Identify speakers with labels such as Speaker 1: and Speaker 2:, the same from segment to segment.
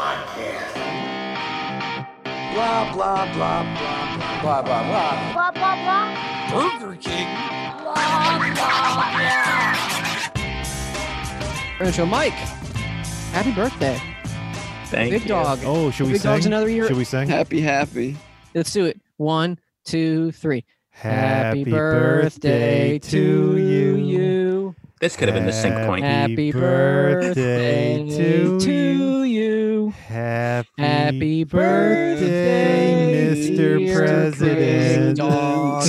Speaker 1: podcast. Blah, blah, blah, blah, blah, blah, blah, blah.
Speaker 2: Blah, blah, blah.
Speaker 1: Burger King.
Speaker 3: Rancho Mike, happy birthday.
Speaker 4: Thank
Speaker 3: Big
Speaker 4: you.
Speaker 3: dog.
Speaker 5: Oh, should we
Speaker 3: Big
Speaker 5: sing?
Speaker 3: Dog's another year-
Speaker 5: Should we sing?
Speaker 4: Happy, happy.
Speaker 3: Let's do it. One, two, three.
Speaker 5: Happy birthday to you.
Speaker 3: you.
Speaker 4: This could have been the sync point.
Speaker 3: Happy birthday to, you.
Speaker 5: Happy,
Speaker 3: Happy birthday,
Speaker 5: Mr.
Speaker 3: dear Big
Speaker 5: President.
Speaker 3: Dog.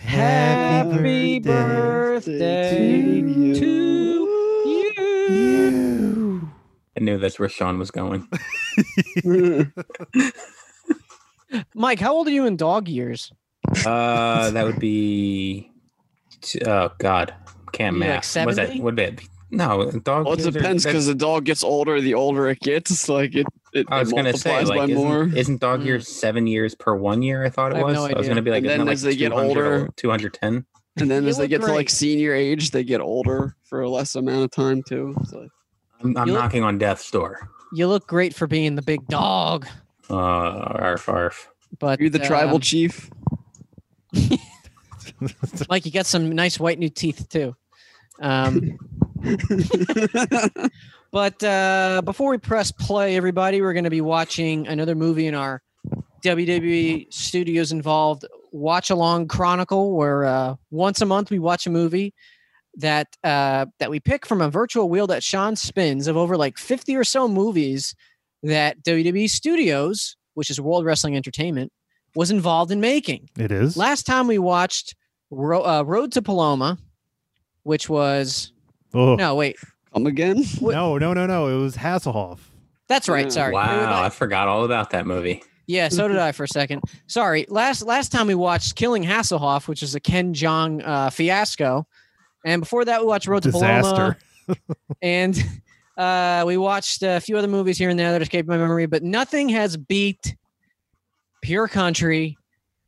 Speaker 3: Happy birthday
Speaker 4: birthday to
Speaker 3: to you.
Speaker 4: I knew that's where Sean was going.
Speaker 3: Mike, how old are you in dog years?
Speaker 4: Uh, that would be. t- Oh God, can't
Speaker 3: Be like
Speaker 4: math. was that?
Speaker 3: 70?
Speaker 4: Would it? Be? No, dog.
Speaker 6: Well, it
Speaker 4: years are-
Speaker 6: depends
Speaker 4: that's-
Speaker 6: because the dog gets older. The older it gets, like it, it,
Speaker 4: I was
Speaker 6: it
Speaker 4: gonna
Speaker 6: multiplies
Speaker 4: say,
Speaker 6: by
Speaker 4: like, isn't,
Speaker 6: more.
Speaker 4: isn't dog
Speaker 3: Mm.
Speaker 4: years seven years per one year? I thought it
Speaker 3: I have
Speaker 4: was. I
Speaker 3: no
Speaker 4: was
Speaker 3: idea.
Speaker 4: gonna be like,
Speaker 6: And
Speaker 4: isn't
Speaker 6: then
Speaker 4: it like
Speaker 6: as they get
Speaker 4: 200 or
Speaker 6: older-
Speaker 4: 210.
Speaker 6: and then
Speaker 3: You
Speaker 6: as they
Speaker 3: look
Speaker 6: get to
Speaker 3: great.
Speaker 6: like senior age, they get older for a less amount of time too. It's like,
Speaker 4: I'm, I'm
Speaker 3: You look-
Speaker 4: knocking on death's door.
Speaker 3: You look great for being the big dog,
Speaker 4: Uh, arf, arf.
Speaker 3: but
Speaker 6: are you the tribal
Speaker 3: um,
Speaker 6: chief?
Speaker 3: Mike, you got some nice white new teeth too. Um, But uh, before we press play, everybody, we're going to be watching another movie in our WWE Studios involved watch along chronicle, where uh, once a month we watch a movie that uh, that we pick from a virtual wheel that Sean spins of over like fifty or so movies that WWE Studios, which is World Wrestling Entertainment, was involved in making.
Speaker 5: It is.
Speaker 3: Last time we watched Ro- uh, Road to Paloma, which was
Speaker 5: oh.
Speaker 3: no wait,
Speaker 6: Come again?
Speaker 3: what-
Speaker 5: no, no, no, no. It was Hasselhoff.
Speaker 3: that's right.
Speaker 6: Yeah.
Speaker 3: Sorry,
Speaker 4: Wow, I forgot all about that movie.
Speaker 3: Yeah, so did I for a second. Sorry. Last last time we watched Killing Hasselhoff, which is a Ken Jong uh, fiasco, and before that we watched Road to Paloma,
Speaker 5: Disaster.
Speaker 3: and uh, we watched a few other movies here and there that escaped my memory, but nothing has beat Pure Country,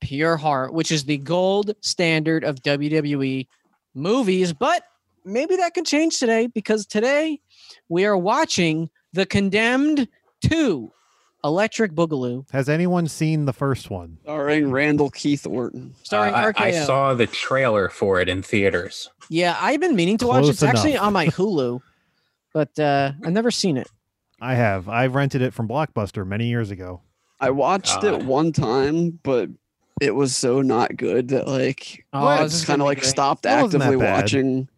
Speaker 3: Pure Heart, which is the gold standard of WWE movies. But maybe that could change today because today we are watching The Condemned Two, Electric Boogaloo.
Speaker 5: Has anyone seen the first one?
Speaker 6: Starring Randall Keith Orton.
Speaker 3: starring
Speaker 4: Uh,
Speaker 3: RKO.
Speaker 4: I, I saw the trailer for it in theaters.
Speaker 3: yeah, I've been meaning to watch. it.
Speaker 5: Close
Speaker 3: It's actually
Speaker 5: enough.
Speaker 3: on my Hulu, but uh, I've never seen it.
Speaker 5: I have. I rented it from Blockbuster many years ago.
Speaker 6: I watched
Speaker 4: God.
Speaker 6: it one time, but it was so not good that like
Speaker 3: Oh,
Speaker 6: I
Speaker 3: this is
Speaker 6: just kind
Speaker 3: gonna
Speaker 6: of
Speaker 3: be
Speaker 6: like
Speaker 3: great.
Speaker 6: stopped
Speaker 5: It wasn't that
Speaker 6: actively
Speaker 5: bad.
Speaker 6: watching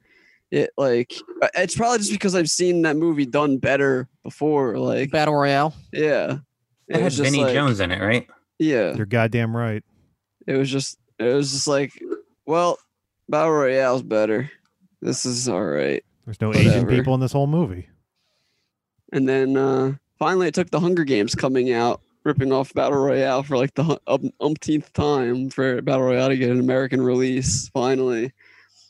Speaker 6: it. Like uh, it's probably just because I've seen that movie done better before. Like
Speaker 3: Battle Royale.
Speaker 6: yeah,
Speaker 4: It, has
Speaker 6: just
Speaker 4: Vinny
Speaker 6: like-
Speaker 4: Jones in it, right?
Speaker 6: Yeah,
Speaker 5: You're goddamn right.
Speaker 6: it was just it was just like well, Battle Royale's better. This is all right.
Speaker 5: There's no Asian
Speaker 6: Whatever.
Speaker 5: people in this whole movie.
Speaker 6: And then uh, finally, it took the Hunger Games coming out, ripping off Battle Royale for like the hu- um, umpteenth time for Battle Royale to get an American release. Finally,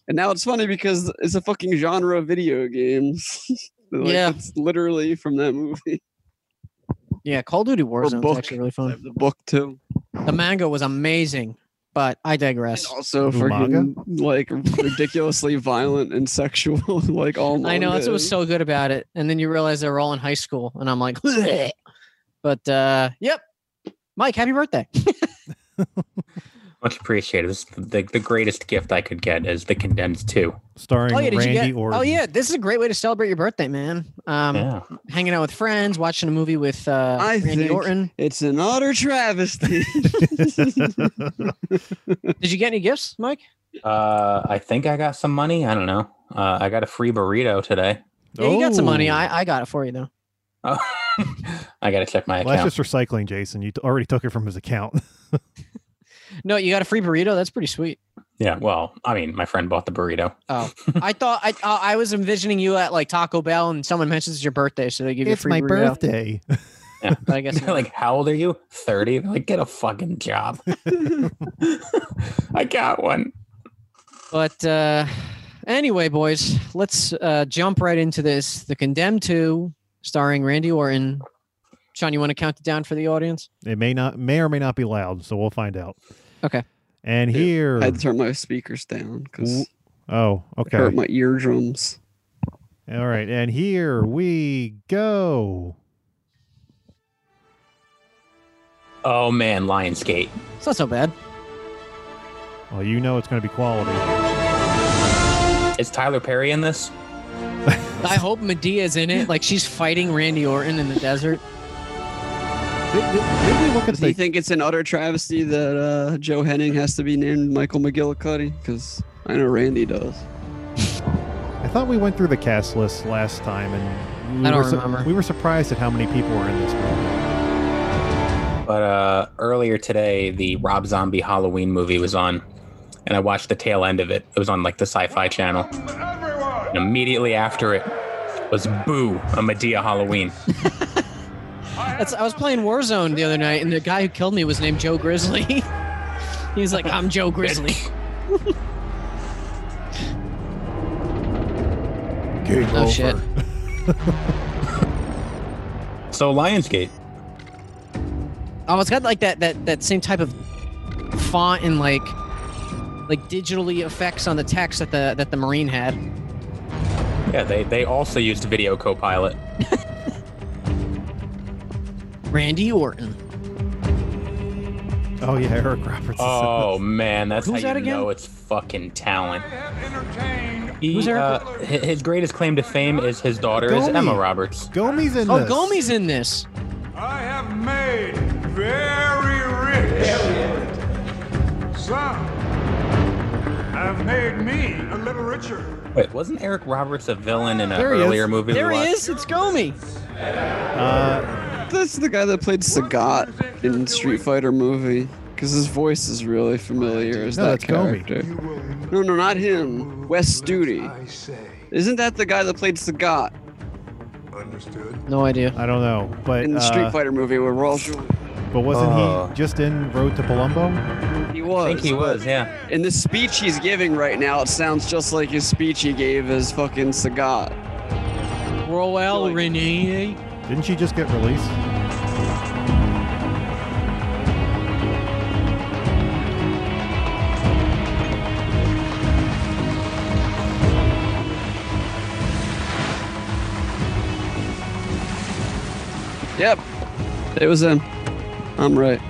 Speaker 6: and now it's funny because it's a fucking genre of video games. Like,
Speaker 3: Yeah.
Speaker 6: it's literally from that movie.
Speaker 3: Yeah, Call of Duty Warzone was
Speaker 6: book.
Speaker 3: actually really
Speaker 6: I
Speaker 3: fun.
Speaker 6: have the book too,
Speaker 3: The manga was amazing, but I
Speaker 6: and
Speaker 3: digress.
Speaker 6: also
Speaker 5: Umaga?
Speaker 6: freaking like ridiculously violent and sexual. Like all
Speaker 3: I know that's what was
Speaker 6: manga.
Speaker 3: so good about it, and then you realize they were all in high school, and I'm like, "Bleh." but uh, yep. Mike, happy birthday!
Speaker 4: Much appreciated. This is the, the greatest gift I could get is the condensed two.
Speaker 5: Starring
Speaker 3: Oh yeah, did
Speaker 5: Randy
Speaker 3: you get?
Speaker 5: Orton.
Speaker 3: Oh yeah, this is a great way to celebrate your birthday, man. Um,
Speaker 4: yeah.
Speaker 3: hanging out with friends, watching a movie with uh,
Speaker 6: I
Speaker 3: Randy
Speaker 6: think-
Speaker 3: Orton.
Speaker 6: It's an utter travesty.
Speaker 3: Did you get any gifts, Mike?
Speaker 4: Uh, I think I got some money. I don't know. Uh, I got a free burrito today.
Speaker 3: Yeah, you got some money.
Speaker 5: Oh.
Speaker 3: I, I got it for you though.
Speaker 4: Oh, I got to check my
Speaker 5: Well,
Speaker 4: account.
Speaker 5: that's just recycling, Jason. You t- already took it from his account.
Speaker 3: No, you got a free burrito. That's pretty sweet.
Speaker 4: Yeah. Well, I mean, my friend bought the burrito.
Speaker 3: Oh, I thought I uh, I was envisioning you at like Taco Bell, and someone mentions your birthday, so they give you a
Speaker 5: it's
Speaker 3: free
Speaker 5: my
Speaker 3: burrito.
Speaker 5: birthday.
Speaker 3: But I guess
Speaker 4: They're like, how old are you? 30. Like, get a fucking job. I got one.
Speaker 3: But uh, anyway, boys, let's uh, jump right into this. The Condemned Two, starring Randy Orton. Sean, you want to count it down for the audience?
Speaker 5: It may not, may or may not be loud, so we'll find out.
Speaker 3: Okay.
Speaker 5: And here,
Speaker 6: I had to turn my speakers down because
Speaker 5: W- oh,
Speaker 6: it hurt
Speaker 5: okay,
Speaker 6: my eardrums.
Speaker 5: all right. And here we go.
Speaker 4: Oh man, Lionsgate.
Speaker 3: It's not so bad.
Speaker 5: Well, you know it's going to be quality.
Speaker 4: Is Tyler Perry in this?
Speaker 3: I hope Medea's in it. Like she's fighting Randy Orton in the desert.
Speaker 5: Did, did, did we look at
Speaker 6: Do you
Speaker 5: the?
Speaker 6: think it's an utter travesty that uh, Joe Henning has to be named Michael McGillicuddy? Because I know Randy does.
Speaker 5: I thought we went through the cast list last time, and we
Speaker 3: I don't
Speaker 5: were su-
Speaker 3: remember.
Speaker 5: we were surprised at how many people were in this movie.
Speaker 4: But uh, earlier today, the Rob Zombie Halloween movie was on, and I watched the tail end of it. It was on like the Sci Fi channel. And immediately after it was Boo, a Medea Halloween.
Speaker 3: That's, I was playing Warzone the other night, and the guy who killed me was named Joe Grizzly. He's like, I'm Joe Grizzly. oh shit.
Speaker 4: So, Lionsgate.
Speaker 3: Oh, it's got like that that that same type of font and like like digitally effects on the text that the that the Marine had.
Speaker 4: Yeah, they, they also used Video Copilot.
Speaker 3: Randy Orton.
Speaker 5: Oh yeah, Eric Roberts.
Speaker 4: Oh man, that's
Speaker 3: Who's
Speaker 4: how you
Speaker 3: that again?
Speaker 4: know it's fucking talent. He,
Speaker 3: Who's Eric
Speaker 4: uh, hi- his greatest claim to fame is his daughter is
Speaker 5: Gomi.
Speaker 4: Emma Roberts.
Speaker 5: Gomi's in
Speaker 3: Oh,
Speaker 5: this.
Speaker 3: Gomi's in this.
Speaker 2: I have made very rich. Some have made me a little richer.
Speaker 4: Wait, wasn't Eric Roberts a villain in an
Speaker 5: There he is.
Speaker 4: earlier movie?
Speaker 3: There
Speaker 4: we
Speaker 3: he
Speaker 4: watched?
Speaker 3: is. It's Gomi.
Speaker 5: Uh,
Speaker 6: That's the guy that played Sagat in Street Fighter movie. Because his voice is really familiar as
Speaker 5: No,
Speaker 6: that
Speaker 5: that's Gomi.
Speaker 6: character.
Speaker 2: You will
Speaker 6: No, no, not him. Wes
Speaker 2: less
Speaker 6: Studi.
Speaker 2: I say.
Speaker 6: Isn't that the guy that played Sagat
Speaker 2: Understood.
Speaker 3: No idea.
Speaker 5: I don't know, but
Speaker 6: in the Street
Speaker 5: uh,
Speaker 6: Fighter movie with Raul Julia?
Speaker 5: but wasn't
Speaker 4: Oh.
Speaker 7: Uh.
Speaker 5: he just in Road to Palumbo?
Speaker 6: He was.
Speaker 4: I think he was, yeah.
Speaker 6: In the speech he's giving right now, it sounds just like his speech he gave as fucking Sagat.
Speaker 3: Roel
Speaker 6: Like-
Speaker 3: Renee.
Speaker 5: Didn't she just get released?
Speaker 6: Yep. It was him. I'm right.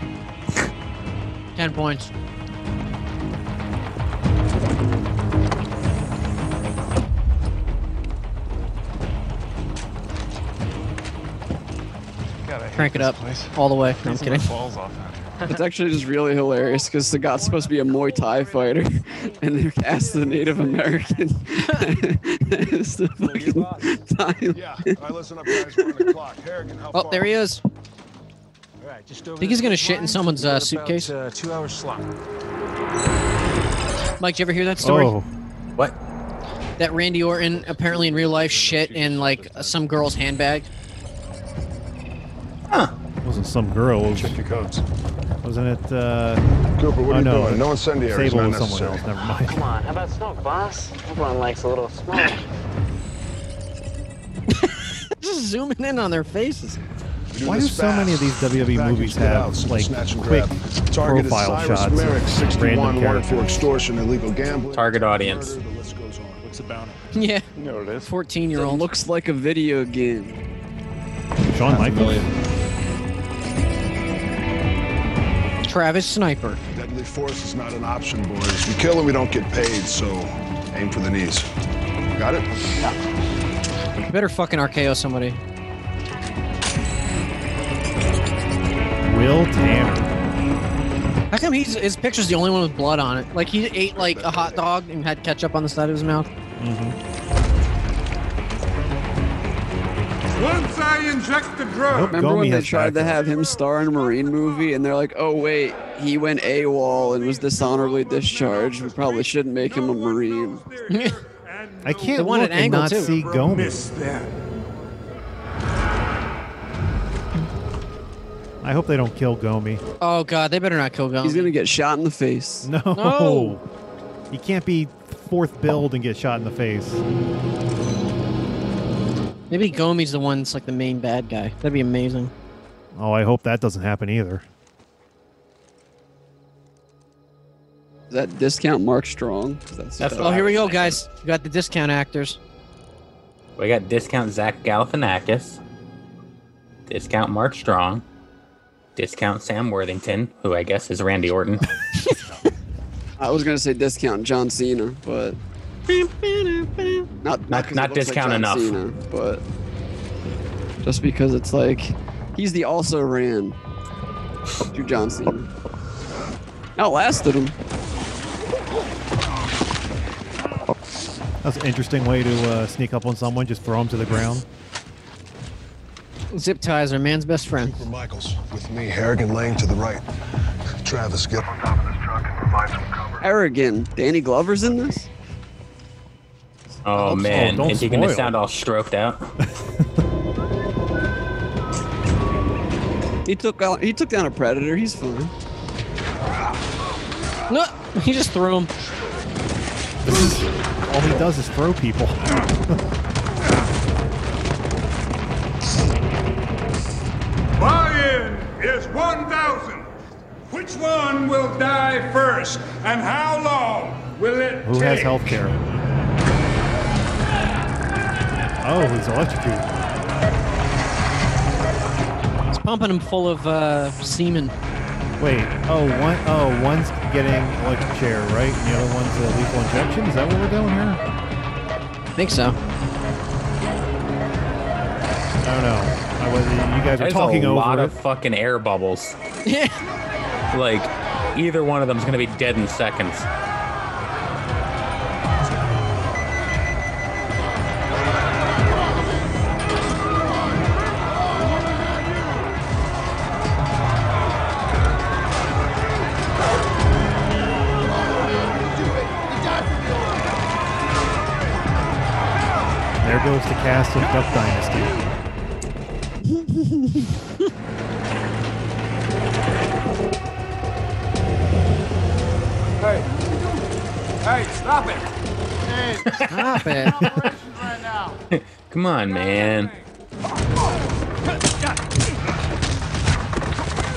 Speaker 3: Ten points. Crank it up all the way. No, I'm kidding.
Speaker 7: Balls off.
Speaker 6: It's actually just really hilarious because Sagat's supposed to be a Muay Thai fighter, and they're cast the Native American. It's the fucking Thai-
Speaker 7: Yeah. All right, listen up, guys. We're on the clock. Harrigan, how
Speaker 3: Oh,
Speaker 7: far?
Speaker 3: there he is.
Speaker 7: All right, just over
Speaker 3: Think he's
Speaker 7: there.
Speaker 3: gonna shit in someone's, uh,
Speaker 7: Got about,
Speaker 3: suitcase?
Speaker 7: uh, two hours slot.
Speaker 3: Mike, did you ever hear that story?
Speaker 5: Oh,
Speaker 4: What?
Speaker 3: That Randy Orton apparently in real life shit in like some girl's handbag.
Speaker 5: it wasn't some girl. it
Speaker 7: Check
Speaker 5: was-
Speaker 7: your codes.
Speaker 5: Wasn't it? Uh,
Speaker 7: Cooper, what
Speaker 5: oh
Speaker 7: are you
Speaker 5: no,
Speaker 7: doing? No incendiaries.
Speaker 5: Sable
Speaker 7: not
Speaker 5: was someone
Speaker 7: necessary.
Speaker 5: else. Never mind.
Speaker 8: Come on, how about smoke, boss? Everyone likes a little smoke.
Speaker 3: Just zooming in on their faces.
Speaker 7: We do
Speaker 5: Why do
Speaker 7: this
Speaker 5: so many of these
Speaker 7: fast.
Speaker 5: WWE
Speaker 7: Package
Speaker 5: movies
Speaker 7: it
Speaker 5: have
Speaker 7: so
Speaker 5: like
Speaker 7: snatch and
Speaker 5: quick
Speaker 7: grab. Target is
Speaker 5: profile
Speaker 7: Cyrus
Speaker 5: shots
Speaker 7: Merrick,
Speaker 5: of
Speaker 7: 61,
Speaker 5: random
Speaker 7: wanted for
Speaker 5: characters?
Speaker 7: extortion, illegal gambling,
Speaker 4: Target audience.
Speaker 7: murder, the list goes on. What's the bounty?
Speaker 3: Yeah,
Speaker 7: You know what it is.
Speaker 3: 14 year
Speaker 6: It
Speaker 3: old.
Speaker 6: looks like a video game.
Speaker 5: Shawn Michaels.
Speaker 3: Travis Sniper.
Speaker 7: Deadly force is not an option, boys. We kill and we don't get paid, so aim for the knees. Got it?
Speaker 3: You better fucking RKO somebody.
Speaker 5: Will Tanner.
Speaker 3: How come he's, his picture's the only one with blood on it? Like he ate like a hot dog and had ketchup on the side of his mouth.
Speaker 2: Once I inject the drug,
Speaker 5: Nope.
Speaker 6: Remember
Speaker 5: Gomi
Speaker 6: when they
Speaker 5: has
Speaker 6: tried to
Speaker 5: backup.
Speaker 6: have him star in a Marine movie, and they're like, "Oh wait, he went AWOL and was dishonorably discharged. We probably shouldn't make him a Marine."
Speaker 5: I can't
Speaker 3: one
Speaker 5: look
Speaker 3: at
Speaker 5: and
Speaker 3: angle,
Speaker 5: not
Speaker 3: too.
Speaker 5: see Gomi.
Speaker 2: miss them.
Speaker 5: I hope they don't kill Gomi.
Speaker 3: Oh god, they better not kill Gomi.
Speaker 6: He's gonna get shot in the face.
Speaker 5: No.
Speaker 3: No.
Speaker 5: You can't be fourth build and get shot in the face.
Speaker 3: Maybe Gomi's the one that's like the main bad guy. That'd be amazing.
Speaker 5: Oh, I hope that doesn't happen either.
Speaker 6: Is that discount Mark Strong? 'Cause That's,
Speaker 4: That's
Speaker 3: Oh, here we go, guys. We got the discount actors.
Speaker 4: We got discount Zach Galifianakis, discount Mark Strong, Discount Sam Worthington, who I guess is Randy Orton. Oh,
Speaker 6: I was gonna say discount John Cena, but not not, 'cause
Speaker 4: not
Speaker 6: it looks like
Speaker 4: discount
Speaker 6: John
Speaker 4: enough.
Speaker 6: Cena, but just because it's like he's the also ran to John Cena. Outlasted him.
Speaker 5: That's an interesting way to uh, sneak up on someone, just throw them to the ground.
Speaker 3: Zip ties are man's best friend.
Speaker 7: For Michaels, with me, Harrigan Lang to the right. Travis Gill.
Speaker 6: Harrigan. Danny Glover's in this.
Speaker 4: Oh man,
Speaker 5: don't
Speaker 4: is he gonna
Speaker 5: spoil.
Speaker 4: sound all stroked out?
Speaker 6: He took out, he took down a predator. He's fine.
Speaker 3: No, he just threw him.
Speaker 5: All he does is throw people.
Speaker 2: Buy-in is 1,000. Which one will die first, and how long will it
Speaker 5: Who
Speaker 2: take?
Speaker 5: has health care? Oh, he's electrocuted.
Speaker 3: He's pumping him full of uh, semen.
Speaker 5: Wait, oh, one, oh, one's getting electric chair, right? And the other one's a lethal injection? Is that what we're doing here?
Speaker 3: I think so.
Speaker 5: I don't know. I was, you guys are
Speaker 4: There's
Speaker 5: talking
Speaker 4: a
Speaker 5: over
Speaker 4: lot
Speaker 5: it.
Speaker 4: of fucking air bubbles.
Speaker 3: Yeah.
Speaker 4: Like either one of them's gonna be dead in seconds.
Speaker 5: There goes the cast of Duck Dynasty.
Speaker 2: Hey, hey, stop it!
Speaker 3: Stop it.
Speaker 4: Come on, man.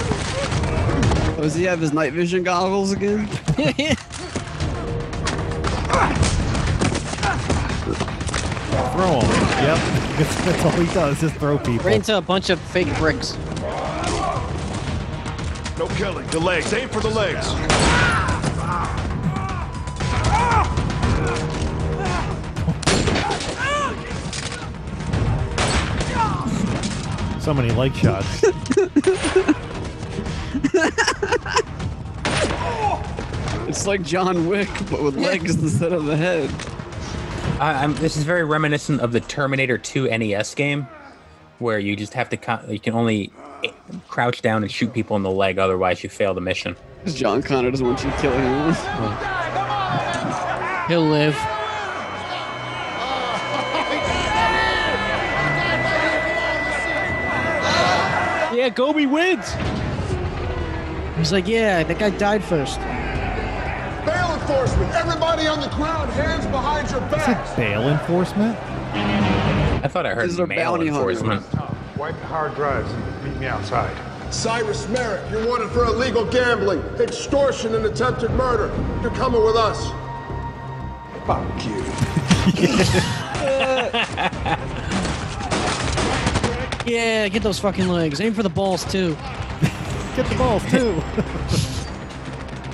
Speaker 6: Oh, Does he have his night vision goggles again?
Speaker 5: Throw him. Yep. That's, that's all he does is throw people.
Speaker 3: Ran into a bunch of fake bricks.
Speaker 7: No killing. The legs. Aim for the legs.
Speaker 5: So many leg shots.
Speaker 6: It's like John Wick, but with legs instead of the head.
Speaker 4: I, I'm, this is very reminiscent of the Terminator 2 NES game, where you just have to co- you can only eh, crouch down and shoot people in the leg, otherwise you fail the mission.
Speaker 6: 'Cause John Connor doesn't want you to kill him.
Speaker 3: He'll live. Yeah, Gobi wins. He's like, yeah, that guy died first.
Speaker 2: Bail enforcement, everybody on the ground, hands behind your backs.
Speaker 5: Bail enforcement?
Speaker 4: I thought I heard
Speaker 6: These are
Speaker 4: mail
Speaker 6: bounty hunters.
Speaker 4: enforcement.
Speaker 2: Wipe the hard drives and meet me outside.
Speaker 9: Cyrus Merrick, you're wanted for illegal gambling, extortion, and attempted murder. You're coming with us.
Speaker 2: Fuck you.
Speaker 3: Yeah, get those fucking legs. Aim for the balls too.
Speaker 5: Get the balls, too.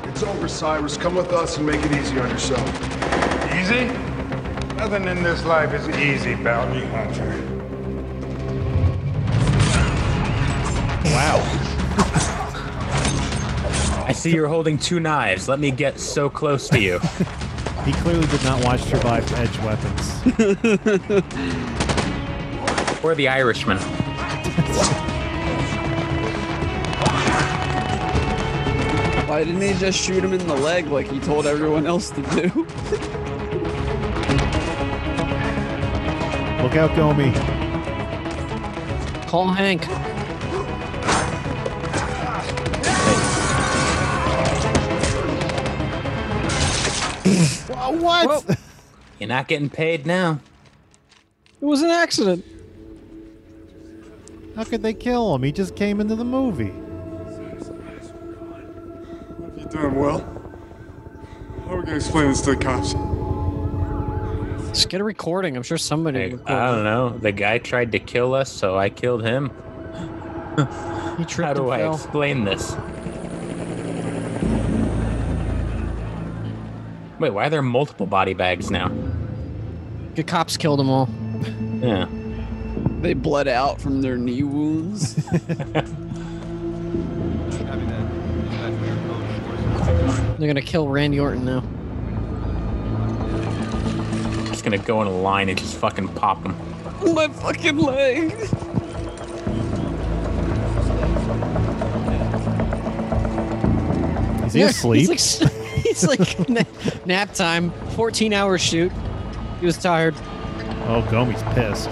Speaker 7: It's over, Cyrus. Come with us and make it easy on yourself.
Speaker 2: Easy? Nothing in this life is easy, bounty hunter.
Speaker 4: I see you're holding two knives. Let me get so close to you.
Speaker 5: he clearly did not watch Survive Edge Weapons.
Speaker 4: or the Irishman.
Speaker 6: Why didn't he just shoot him in the leg like he told everyone else to do?
Speaker 5: Look out, Gomi.
Speaker 3: Call Hank.
Speaker 5: What?
Speaker 4: You're not getting paid now.
Speaker 3: It was an accident.
Speaker 5: How could they kill him? He just came into the movie.
Speaker 2: You doing well? How are we gonna explain this to the cops?
Speaker 3: Just get a recording. I'm sure somebody.
Speaker 4: Like,
Speaker 3: recorded.
Speaker 4: I don't know. The guy tried to kill us, so I killed him.
Speaker 3: He tripped
Speaker 4: How do I
Speaker 3: and fell.
Speaker 4: explain this? Wait, why are there multiple body bags now?
Speaker 3: The cops killed them all.
Speaker 4: Yeah.
Speaker 6: They bled out from their knee wounds.
Speaker 3: They're gonna kill Randy Orton now.
Speaker 4: Just gonna go in a line and just fucking pop them.
Speaker 6: My fucking leg.
Speaker 5: Is he
Speaker 3: Yeah,
Speaker 5: asleep?
Speaker 3: He's like, he's like na- nap time. 14 hour shoot. He was tired.
Speaker 5: oh, Gomi's pissed.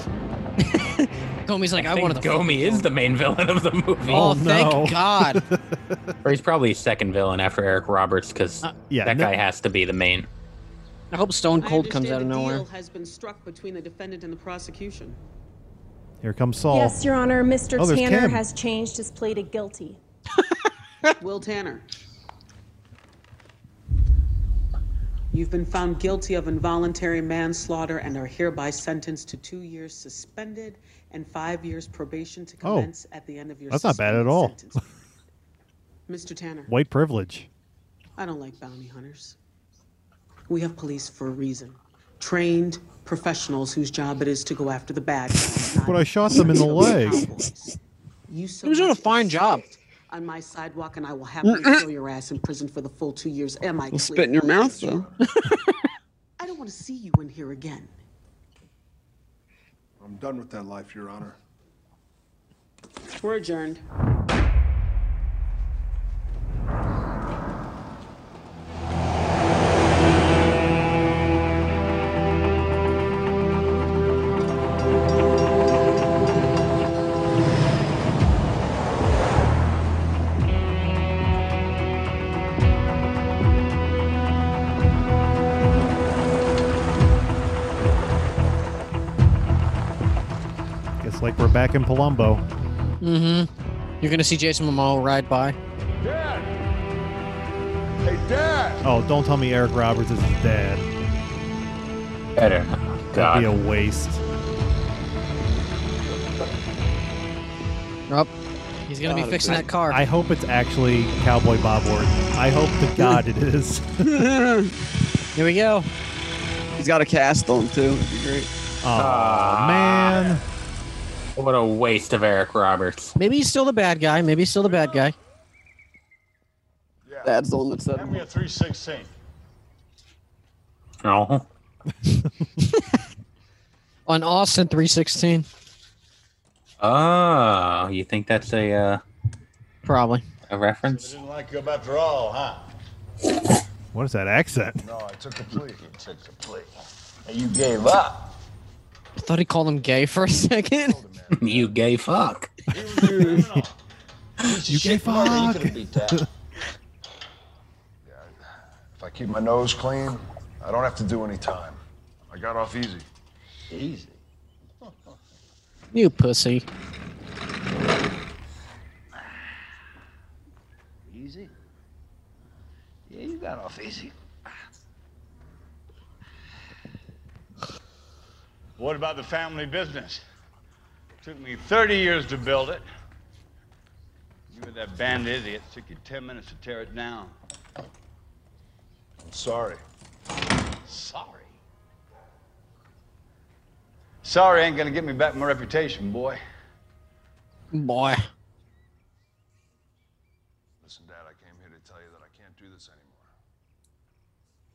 Speaker 3: Gomi's like, I,
Speaker 4: think
Speaker 3: wanted to.
Speaker 4: Gomi is the main villain of the movie.
Speaker 3: Oh,
Speaker 5: Oh, no.
Speaker 3: thank God.
Speaker 4: Or he's probably second villain after Eric Roberts because
Speaker 5: yeah,
Speaker 4: that
Speaker 5: no-
Speaker 4: guy has to be the main.
Speaker 3: I hope Stone Cold comes out of nowhere.
Speaker 10: has been struck between the defendant and the prosecution.
Speaker 5: Here comes Saul.
Speaker 11: Yes, Your Honor, Mr.
Speaker 5: Oh, there's
Speaker 11: Tanner
Speaker 5: Kim.
Speaker 11: has changed his plea to guilty.
Speaker 10: Will Tanner. You've been found guilty of involuntary manslaughter and are hereby sentenced to two years suspended and five years probation to
Speaker 5: Oh,
Speaker 10: commence at the end of your
Speaker 5: that's not bad at
Speaker 10: suspended
Speaker 5: all.
Speaker 10: sentence. Mr. Tanner,
Speaker 5: White privilege.
Speaker 10: I don't like bounty hunters. We have police for a reason. Trained professionals whose job it is to go after the bad guys. not
Speaker 5: But I shot them in the leg.
Speaker 10: cowboys. You so
Speaker 3: He was doing a
Speaker 10: much as
Speaker 3: fine job.
Speaker 10: spit On my sidewalk, and I will happily throw your ass in prison for the full two years. Am I
Speaker 6: They'll
Speaker 10: clear?
Speaker 6: spit in your mouth, though.
Speaker 10: I don't want to see you in here again.
Speaker 7: I'm done with that life, Your Honor.
Speaker 10: We're adjourned.
Speaker 5: It's like we're back in Palumbo.
Speaker 3: You're gonna see Jason Momoa ride by.
Speaker 9: Dad! Hey, Dad!
Speaker 5: Oh, don't tell me Eric Roberts is his dad.
Speaker 4: I don't know.
Speaker 5: That'd
Speaker 4: God.
Speaker 5: be a waste.
Speaker 3: Up. He's gonna be fixing that car.
Speaker 5: I hope it's actually Cowboy Bob Orton. I hope to God it is.
Speaker 3: Here we go.
Speaker 6: He's got a cast on too. It'd be great.
Speaker 5: Oh
Speaker 9: Ah.
Speaker 5: man,
Speaker 4: What a waste of Eric Roberts.
Speaker 3: Maybe he's still the bad guy. Maybe he's still the bad guy.
Speaker 6: Dad's the one that said.
Speaker 9: a 316.
Speaker 4: Oh.
Speaker 3: On Austin 316,
Speaker 4: Oh, you think that's a uh,
Speaker 3: probably.
Speaker 4: a reference?
Speaker 9: Didn't like you after all, huh?
Speaker 5: what is that accent?
Speaker 9: No, I took a plea. You took a plea. And you gave up.
Speaker 3: I thought he called him gay for a second.
Speaker 4: you gay fuck.
Speaker 9: He was a criminal. Piece of
Speaker 5: You
Speaker 9: shit
Speaker 5: gave
Speaker 9: murder, You
Speaker 5: up.
Speaker 9: could have beat that.
Speaker 7: If I keep my nose clean, I don't have to do any time. I got off easy.
Speaker 9: Easy.
Speaker 3: You pussy.
Speaker 9: Easy? Yeah, you got off easy. What about the family business? Took me 30 years to build it. You were that band idiot. Took you 10 minutes to tear it down.
Speaker 7: I'm sorry.
Speaker 9: Sorry. Sorry ain't gonna get me back my reputation, boy.
Speaker 3: Boy.
Speaker 7: Listen, Dad, I came here to tell you that I can't do this anymore.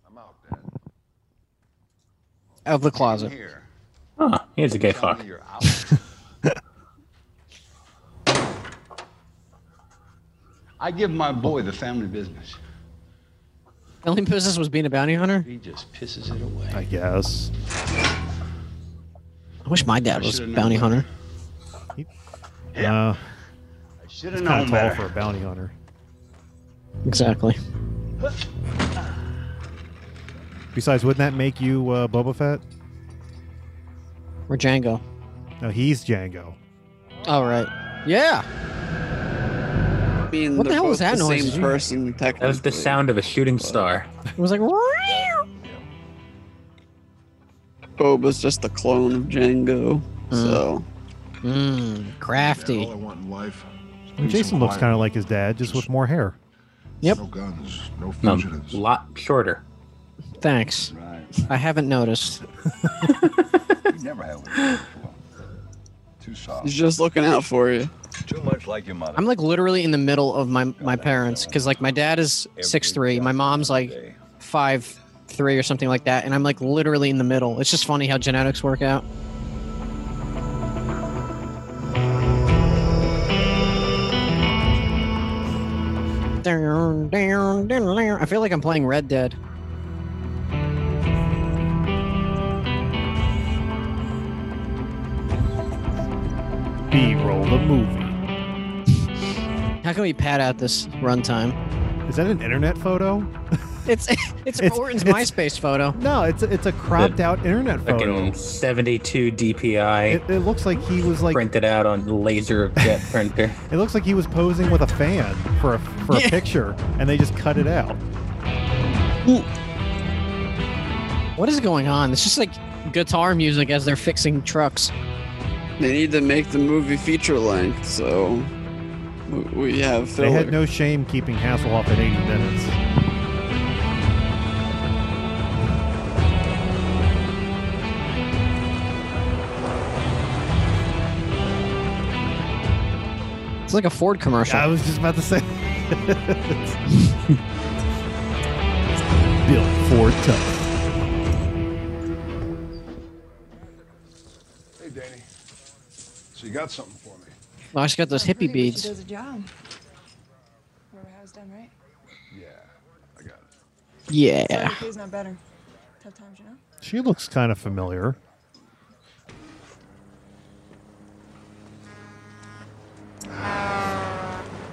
Speaker 7: I'm out, Dad.
Speaker 3: Out of the closet.
Speaker 9: Here.
Speaker 4: Huh, he's a gay
Speaker 9: Tell me
Speaker 4: fuck.
Speaker 9: You're out. I give my boy the family business.
Speaker 3: The only business was being a bounty hunter.
Speaker 9: He just pisses it away.
Speaker 5: I guess.
Speaker 3: I wish my dad was a bounty hunter.
Speaker 5: Uh,
Speaker 9: I should have
Speaker 5: kind
Speaker 9: known
Speaker 5: of tall for a
Speaker 9: better.
Speaker 5: bounty hunter.
Speaker 3: Exactly.
Speaker 5: Besides, wouldn't that make you uh, Boba Fett?
Speaker 3: Or Django.
Speaker 5: No, he's Django.
Speaker 3: All right. Yeah.
Speaker 6: I mean,
Speaker 3: What the
Speaker 6: they're
Speaker 3: hell
Speaker 6: both
Speaker 3: was that
Speaker 6: the
Speaker 3: noise? Did
Speaker 6: Same
Speaker 3: you-
Speaker 6: person,
Speaker 4: That was the
Speaker 6: technically.
Speaker 4: sound of a shooting star.
Speaker 3: It was like. "Meow."
Speaker 6: Boba's just a
Speaker 4: Hmm.
Speaker 6: clone of Django. So
Speaker 3: Mmm.
Speaker 7: Dad, all
Speaker 3: Crafty.
Speaker 7: I want in life is
Speaker 5: And Jason looks kind of like his dad, just with more hair.
Speaker 3: Yep.
Speaker 7: No guns, no
Speaker 4: No,
Speaker 7: fugitives.
Speaker 4: a Um, lot shorter.
Speaker 3: Thanks. I haven't noticed.
Speaker 12: You never had one. Too soft.
Speaker 6: He's just looking out for you.
Speaker 12: Too much like your mother.
Speaker 3: I'm like literally in the middle of my my parents because like my dad is six three, my mom's like five three or something like that, and I'm like literally in the middle. It's just funny how genetics work out. Down, down, down, down. I feel like I'm playing Red Dead.
Speaker 5: B roll the movie.
Speaker 3: How can we pad out this runtime?
Speaker 5: Is that an internet photo?
Speaker 3: It's it's,
Speaker 5: It's-
Speaker 3: Orton's
Speaker 5: it's-
Speaker 3: MySpace photo.
Speaker 5: No, it's a, it's a cropped out internet photo.
Speaker 4: Fucking 72 DPI.
Speaker 5: Oh, It, it looks like he was like.
Speaker 4: printed out on laser jet printer.
Speaker 5: It looks like he was posing with a fan for a for a picture, and they just cut it out.
Speaker 3: What is going on? It's just like guitar music as they're fixing trucks.
Speaker 6: They need to make the movie feature length, so w- we have
Speaker 5: They
Speaker 6: filler.
Speaker 5: had no shame keeping Hasselhoff at 80 minutes.
Speaker 3: It's like a Ford commercial.
Speaker 5: I was just about to say. Built for tough.
Speaker 7: Hey, Danny. So you got something for me?
Speaker 3: Oh, I just got those hippie beads.
Speaker 13: Does a job. Remember how it's done, right?
Speaker 7: Yeah, I got it.
Speaker 3: Yeah.
Speaker 13: Sorry, he's not better. Tough times, you know.
Speaker 5: She looks kind of familiar.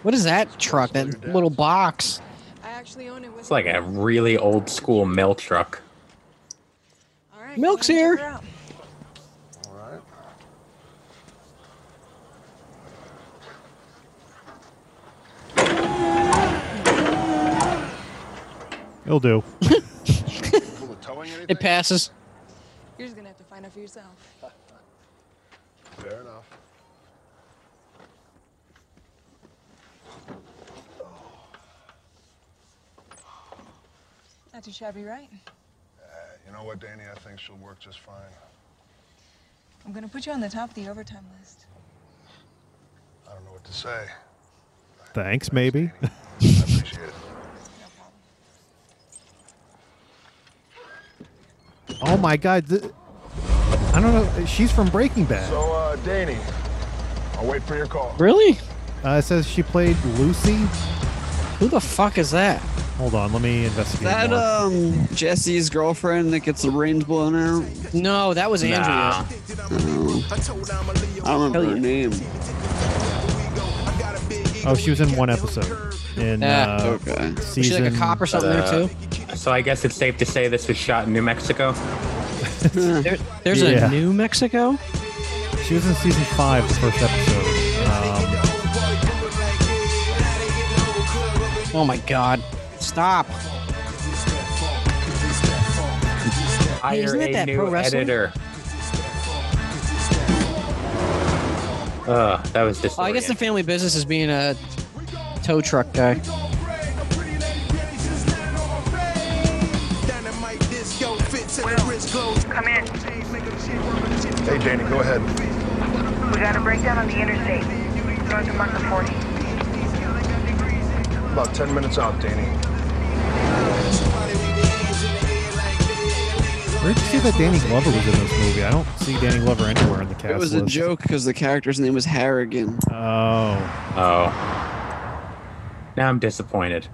Speaker 3: What is that truck? That little box.
Speaker 13: I actually own it with.
Speaker 4: It's like a really old school mail truck.
Speaker 3: Milk's here.
Speaker 7: All right.
Speaker 5: It'll do.
Speaker 3: It passes.
Speaker 13: You're just gonna have to find out for yourself.
Speaker 7: Fair enough.
Speaker 13: Not too shabby, right?
Speaker 7: Uh, you know what, Danny? I think she'll work just fine.
Speaker 13: I'm gonna put you on the top of the overtime list.
Speaker 7: I don't know what to say.
Speaker 5: Thanks, maybe.
Speaker 7: Appreciate it.
Speaker 5: oh my God! th- I don't know. She's from Breaking Bad.
Speaker 7: So, uh, Danny, I'll wait for your call.
Speaker 3: Really?
Speaker 5: Uh, it says she played Lucy.
Speaker 3: Who the fuck is that?
Speaker 5: Hold on, let me investigate.
Speaker 6: that
Speaker 5: more.
Speaker 6: um Jesse's girlfriend that gets the brains blown out.
Speaker 3: No, that was Andrea.
Speaker 6: Nah. I don't remember her name.
Speaker 5: Oh, she was in one episode. In
Speaker 4: Ah.
Speaker 5: uh,
Speaker 4: Okay.
Speaker 5: season.
Speaker 4: too. So I guess it's safe to say this was shot in New Mexico.
Speaker 3: There- there's
Speaker 5: Yeah.
Speaker 3: a New Mexico.
Speaker 5: She was in season five, the first episode. Um,
Speaker 3: Oh my god! Stop.
Speaker 4: Hire
Speaker 3: isn't it
Speaker 4: a
Speaker 3: that
Speaker 4: new
Speaker 3: pro wrestler?
Speaker 4: editor. Ugh, that was just.
Speaker 3: Oh, I guess the family business is being a tow truck guy.
Speaker 14: Come in.
Speaker 7: Hey, Danny, go ahead.
Speaker 14: We got a breakdown on the interstate. North of Bunker 40.
Speaker 7: About 10 minutes out, Danny.
Speaker 5: where did you see that Danny Glover was in this movie? I don't see Danny Glover anywhere in the cast.
Speaker 6: It was a
Speaker 5: list.
Speaker 6: joke because the character's name was Harrigan.
Speaker 5: Oh.
Speaker 4: Oh. Now I'm disappointed.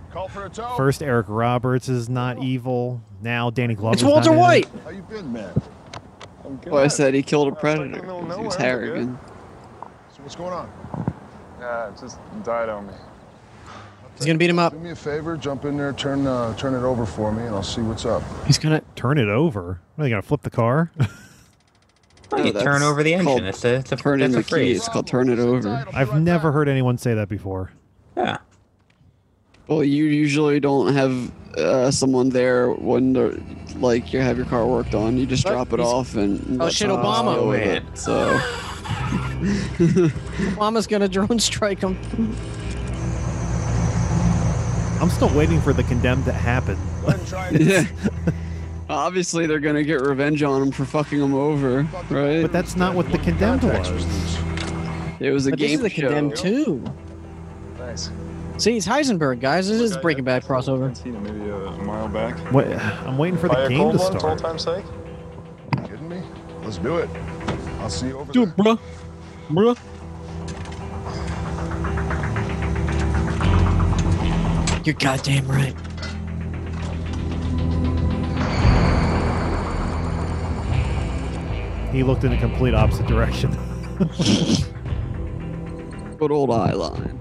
Speaker 5: First, Eric Roberts is not evil. Now, Danny Glover.
Speaker 12: How you been, man? I'm good.
Speaker 6: Well, I said he killed a predator. 'cause He was Harrigan.
Speaker 7: So, what's going on?
Speaker 15: Yeah, it Uh, just died on me.
Speaker 3: He's gonna beat him up.
Speaker 7: Do me a favor, jump in there, turn uh, turn it over for me, and I'll see what's up.
Speaker 3: He's gonna
Speaker 5: turn it over. What, Are they gonna flip the car?
Speaker 6: Oh,
Speaker 4: Well, you turn over the engine. It's a, it's a,
Speaker 6: turn in
Speaker 4: that's a
Speaker 6: the key.
Speaker 4: phrase.
Speaker 6: It's called turn it over.
Speaker 5: I've never heard anyone say that before.
Speaker 4: Yeah.
Speaker 6: Well, you usually don't have uh, someone there when the, like you have your car worked on. You just drop it off and
Speaker 3: Oh
Speaker 6: let
Speaker 3: shit,
Speaker 6: someone else
Speaker 3: Obama.
Speaker 6: deal with it, So
Speaker 3: Mama's gonna drone strike him.
Speaker 5: I'm still waiting for the condemned to happen.
Speaker 6: yeah. Obviously, they're gonna get revenge on him for fucking him over, right?
Speaker 5: But that's not what the condemned was.
Speaker 6: It was a
Speaker 3: But this
Speaker 6: game
Speaker 3: is the
Speaker 6: show.
Speaker 3: condemned too.
Speaker 15: Nice.
Speaker 3: See, it's Heisenberg, guys. This is Breaking Bad crossover.
Speaker 15: You know, maybe a, a mile back.
Speaker 5: Wait, I'm waiting for
Speaker 15: Buy
Speaker 5: the
Speaker 15: a
Speaker 5: game
Speaker 15: cold
Speaker 5: to
Speaker 15: one for
Speaker 5: start.
Speaker 15: old time's sake?
Speaker 7: kidding me? Let's do it. I'll see you over
Speaker 5: Dude, bro. Bro.
Speaker 3: You're goddamn right.
Speaker 5: He looked in a complete opposite direction.
Speaker 6: Good old eye line.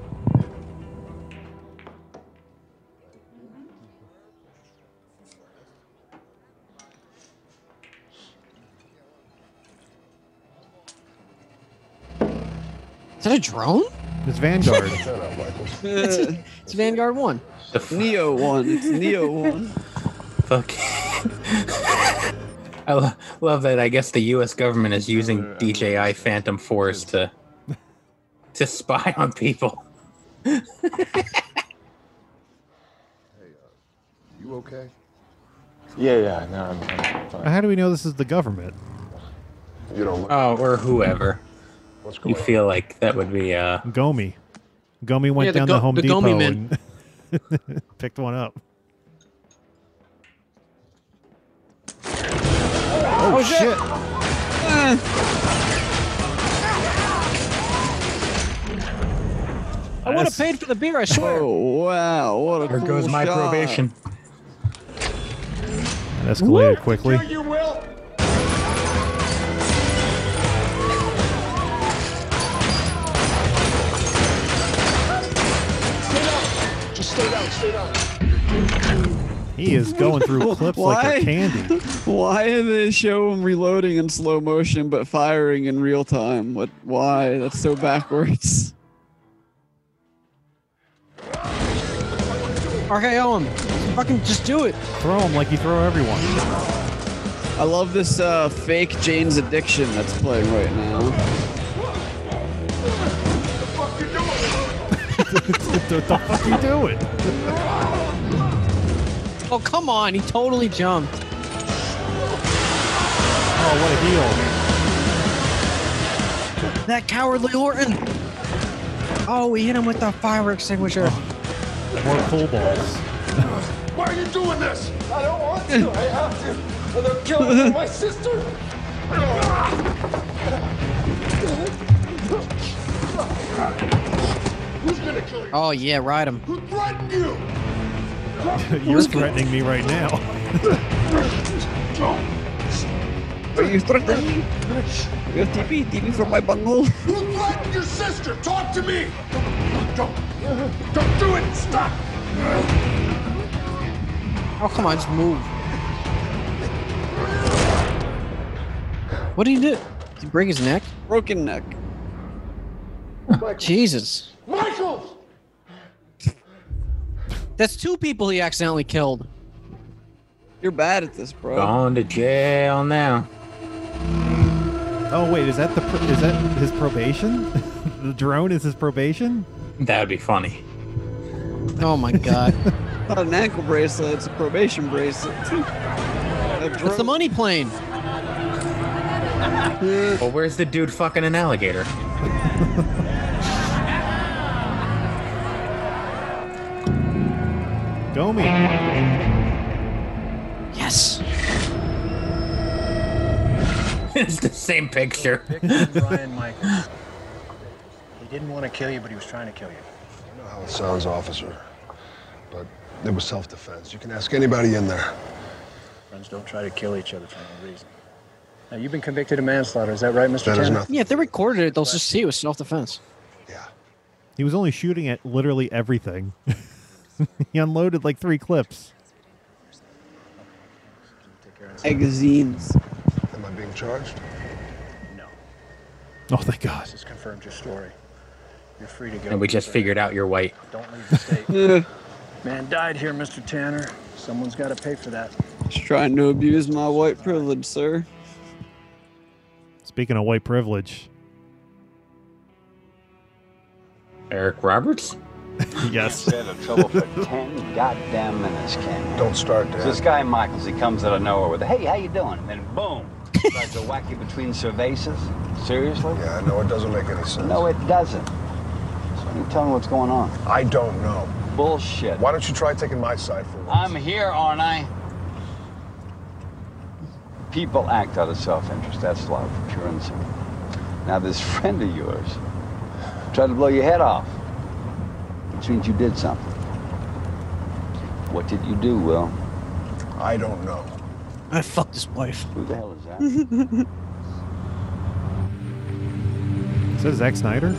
Speaker 3: Is that a drone?
Speaker 5: It's Vanguard.
Speaker 3: it's, it's Vanguard One.
Speaker 6: Neo one. It's Neo one.
Speaker 4: Fuck. I lo- love that. I guess the U.S. government is using DJI Phantom Force to to spy on people.
Speaker 7: You okay?
Speaker 15: Yeah, yeah, no, I'm, I'm fine.
Speaker 5: How do we know this is the government?
Speaker 7: You don't.
Speaker 4: Oh, or whoever.
Speaker 7: What's
Speaker 4: You feel like that would be uh
Speaker 5: Gomi. Gomi went
Speaker 4: Yeah, the
Speaker 5: down
Speaker 4: Go-
Speaker 5: to Home
Speaker 4: the
Speaker 5: Depot
Speaker 4: Gomi men.
Speaker 5: and picked one up.
Speaker 3: Oh, shit! I would have paid for the beer. I swear.
Speaker 6: Oh wow! What a
Speaker 4: There
Speaker 6: cool
Speaker 4: goes my
Speaker 6: shot.
Speaker 4: probation.
Speaker 5: That escalated quickly.
Speaker 9: You will.
Speaker 15: Just stay down, stay down.
Speaker 5: He is going through clips like they're candy.
Speaker 6: Why did they show him reloading in slow motion but firing in real time? What? Why? That's so backwards.
Speaker 3: RKO him. Fucking just do it.
Speaker 5: Throw him like you throw everyone.
Speaker 6: I love this uh, fake Jane's Addiction that's playing right now.
Speaker 5: what the fuck are you doing?
Speaker 3: Oh come on! He totally jumped.
Speaker 5: Oh,
Speaker 3: That cowardly Orton. Oh, we hit him with the fire extinguisher.
Speaker 5: what a heel. More pool balls.
Speaker 15: Why are you doing this? I don't want to. I have to. Or they'll kill me and my sister. Who's gonna kill you?
Speaker 3: Oh yeah, ride him.
Speaker 15: Who threatened you?
Speaker 5: You're threatening me right now.
Speaker 6: Are you threatening me? You have TP, TP from my bunghole.
Speaker 15: Who threatened your sister? Talk to me. Don't, don't do it. Stop.
Speaker 3: Oh come on, just move. What did he do? Did he break his neck?
Speaker 6: Broken neck.
Speaker 3: Jesus.
Speaker 15: Michael.
Speaker 3: That's two people he accidentally killed.
Speaker 6: You're bad at this, bro.
Speaker 4: Gone to jail now.
Speaker 5: Oh wait, is that the pro- is that his probation? the drone is his probation?
Speaker 4: That would be funny.
Speaker 3: Oh my god.
Speaker 6: Not an ankle bracelet. It's a probation bracelet.
Speaker 3: It's the money plane.
Speaker 4: Well, where's the dude fucking an alligator?
Speaker 5: Gomi.
Speaker 3: Yes.
Speaker 4: it's the same picture.
Speaker 16: Brian Michaels. He didn't want to kill you, but he was trying to kill you.
Speaker 7: I know how it sounds, officer, but it was self-defense. You can ask anybody in there.
Speaker 16: Friends don't try to kill each other for no reason. Now, you've been convicted of manslaughter. Is that right, Mr.
Speaker 7: That is
Speaker 16: Tanner?
Speaker 7: nothing.
Speaker 3: Yeah, if they recorded it, they'll just see it was self defense.
Speaker 5: He was only shooting at literally everything. he unloaded like three clips.
Speaker 6: Magazines.
Speaker 7: Am I being charged?
Speaker 5: Oh thank God.
Speaker 16: This confirmed your story. You're free to go.
Speaker 4: And we just figured out you're white.
Speaker 16: Don't leave the state. Man died here, Mr. Tanner. Someone's got to pay for that.
Speaker 6: Just trying to abuse my white privilege, sir.
Speaker 5: Speaking of white privilege,
Speaker 4: Eric Roberts?
Speaker 5: yes.
Speaker 17: Out of trouble for ten goddamn minutes, Ken.
Speaker 7: Don't start there.
Speaker 17: So this guy Michaels, he comes out of nowhere with, a, "Hey, how you doing?" And then boom, starts to whack you between cervases. Seriously?
Speaker 7: Yeah, no, it doesn't make any sense.
Speaker 17: No, it doesn't. So you tell me what's going on.
Speaker 7: I don't know.
Speaker 17: Bullshit.
Speaker 7: Why don't you try taking my side for once?
Speaker 17: I'm here, aren't I? People act out of self-interest. That's love, pure and simple. Now this friend of yours tried to blow your head off, which means you did something. What did you do, Will?
Speaker 7: I don't know.
Speaker 3: I fucked his wife.
Speaker 17: Who the hell is that?
Speaker 5: Is that Zack Snyder?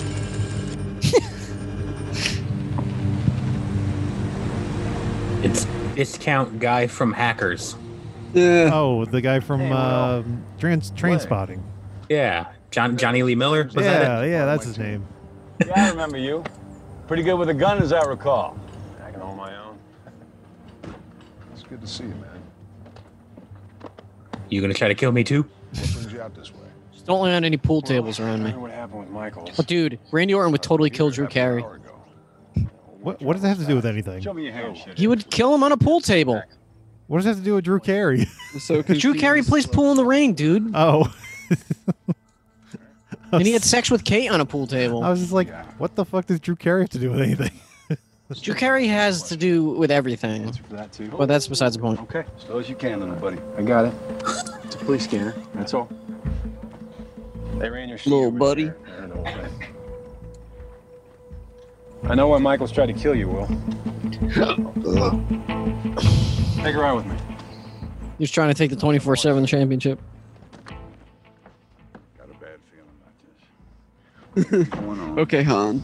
Speaker 4: It's discount guy from Hackers.
Speaker 6: Yeah.
Speaker 5: Oh, the guy from uh, trans, Train Spotting.
Speaker 4: Yeah, John, Johnny Lee Miller. Was
Speaker 5: Yeah,
Speaker 4: that it?
Speaker 5: yeah, that's his name.
Speaker 9: Yeah, I remember you. Pretty good with a gun, as I recall.
Speaker 12: I can hold my own.
Speaker 7: It's good to see you, man.
Speaker 4: You gonna try to kill me too?
Speaker 7: What brings you out this way?
Speaker 3: Just don't land on any pool tables around me.
Speaker 12: What happened with Michaels?
Speaker 3: But dude, Randy Orton would totally kill Drew Carey.
Speaker 5: What, what does that have to do with anything?
Speaker 9: Show me your
Speaker 7: Oh,
Speaker 9: hand, shit.
Speaker 3: He would kill him on a pool table.
Speaker 5: What does that have to do with Drew Carey?
Speaker 6: So
Speaker 3: Drew Carey plays pool in the ring, dude.
Speaker 5: oh.
Speaker 3: And he had sex with Kate on a pool
Speaker 5: I
Speaker 3: table.
Speaker 5: was just like, what the fuck does Drew Carey have to do with anything?
Speaker 3: Drew Carey has to do with everything.
Speaker 12: For that too.
Speaker 3: But that's besides the point.
Speaker 12: Okay, slow as you can, little buddy. I got it. It's a police scanner. That's all. They ran your shit
Speaker 6: Little
Speaker 12: over
Speaker 6: buddy.
Speaker 12: there. I don't know why. I know why Michael's tried to kill you, Will. Take a ride with me.
Speaker 3: He was trying to take the 24 7 championship.
Speaker 12: Got a bad feeling about
Speaker 17: Going on.
Speaker 6: Okay, Han.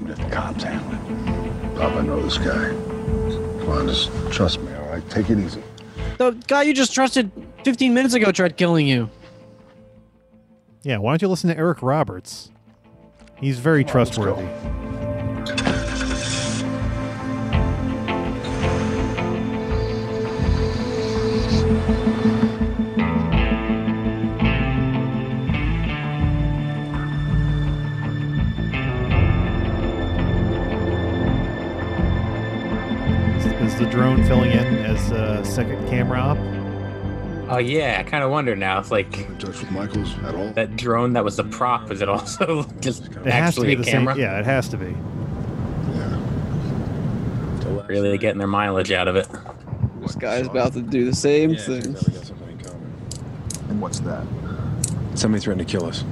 Speaker 12: this. You let the cops handle it.
Speaker 7: Bob, I know this guy. Come on, just trust me, all right? Take it easy.
Speaker 3: The guy you just trusted 15 minutes ago tried killing you.
Speaker 5: Yeah, why don't you listen to Eric Roberts? He's very trustworthy. Is is the drone filling in as uh, second camera op?
Speaker 4: Oh yeah, I kind of wonder now. It's like
Speaker 7: In touch with Michaels at all?
Speaker 4: that drone that was the prop. Is it also just
Speaker 5: It has to
Speaker 4: actually
Speaker 5: be
Speaker 4: a
Speaker 5: the
Speaker 4: camera?
Speaker 5: same. Yeah, it has to be.
Speaker 4: Really getting their mileage out of it.
Speaker 6: This guy's about to do the same thing.
Speaker 7: And what's that?
Speaker 12: Somebody threatened to kill us.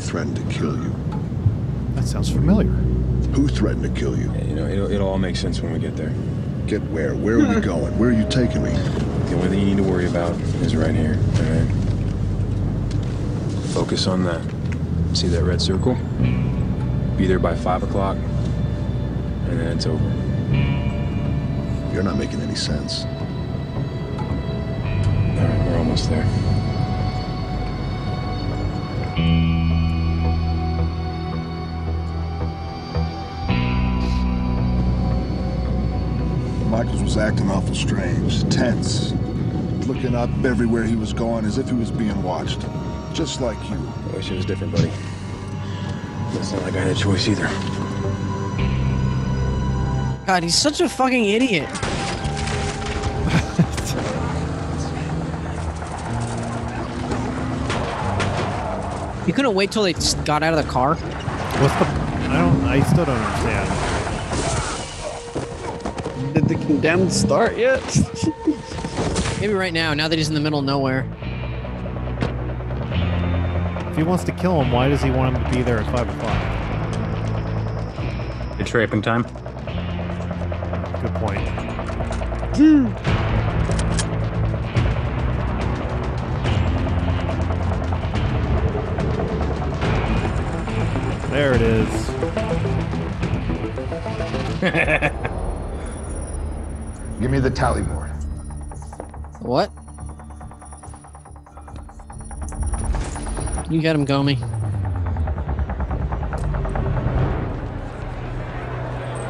Speaker 7: Threatened to kill you.
Speaker 5: That sounds familiar.
Speaker 7: Who threatened to kill you?
Speaker 12: Yeah, you know, it'll, it'll all make sense when we get there.
Speaker 7: Get where? Where are we going? Where are you taking me?
Speaker 12: The only thing you need to worry about is right here. All right. Focus on that. See that red circle? Be there by five o'clock, and then it's over.
Speaker 7: You're not making any sense.
Speaker 12: All right, we're almost there.
Speaker 7: Michaels was acting awful strange, tense, looking up everywhere he was going as if he was being watched. Just like you.
Speaker 12: I wish it was different, buddy. But It's not like I had a choice either.
Speaker 3: God, he's such a fucking idiot. You couldn't wait till they s- got out of the car?
Speaker 5: What's the? I don't. I still don't understand.
Speaker 6: Did the condemned start yet?
Speaker 3: Maybe right now, now that he's in the middle of nowhere.
Speaker 5: If he wants to kill him, why does he want him to be there at five o'clock?
Speaker 4: It's raping time.
Speaker 5: Good point. There it is.
Speaker 1: Give me the tally board.
Speaker 3: What? You got him, Gomi.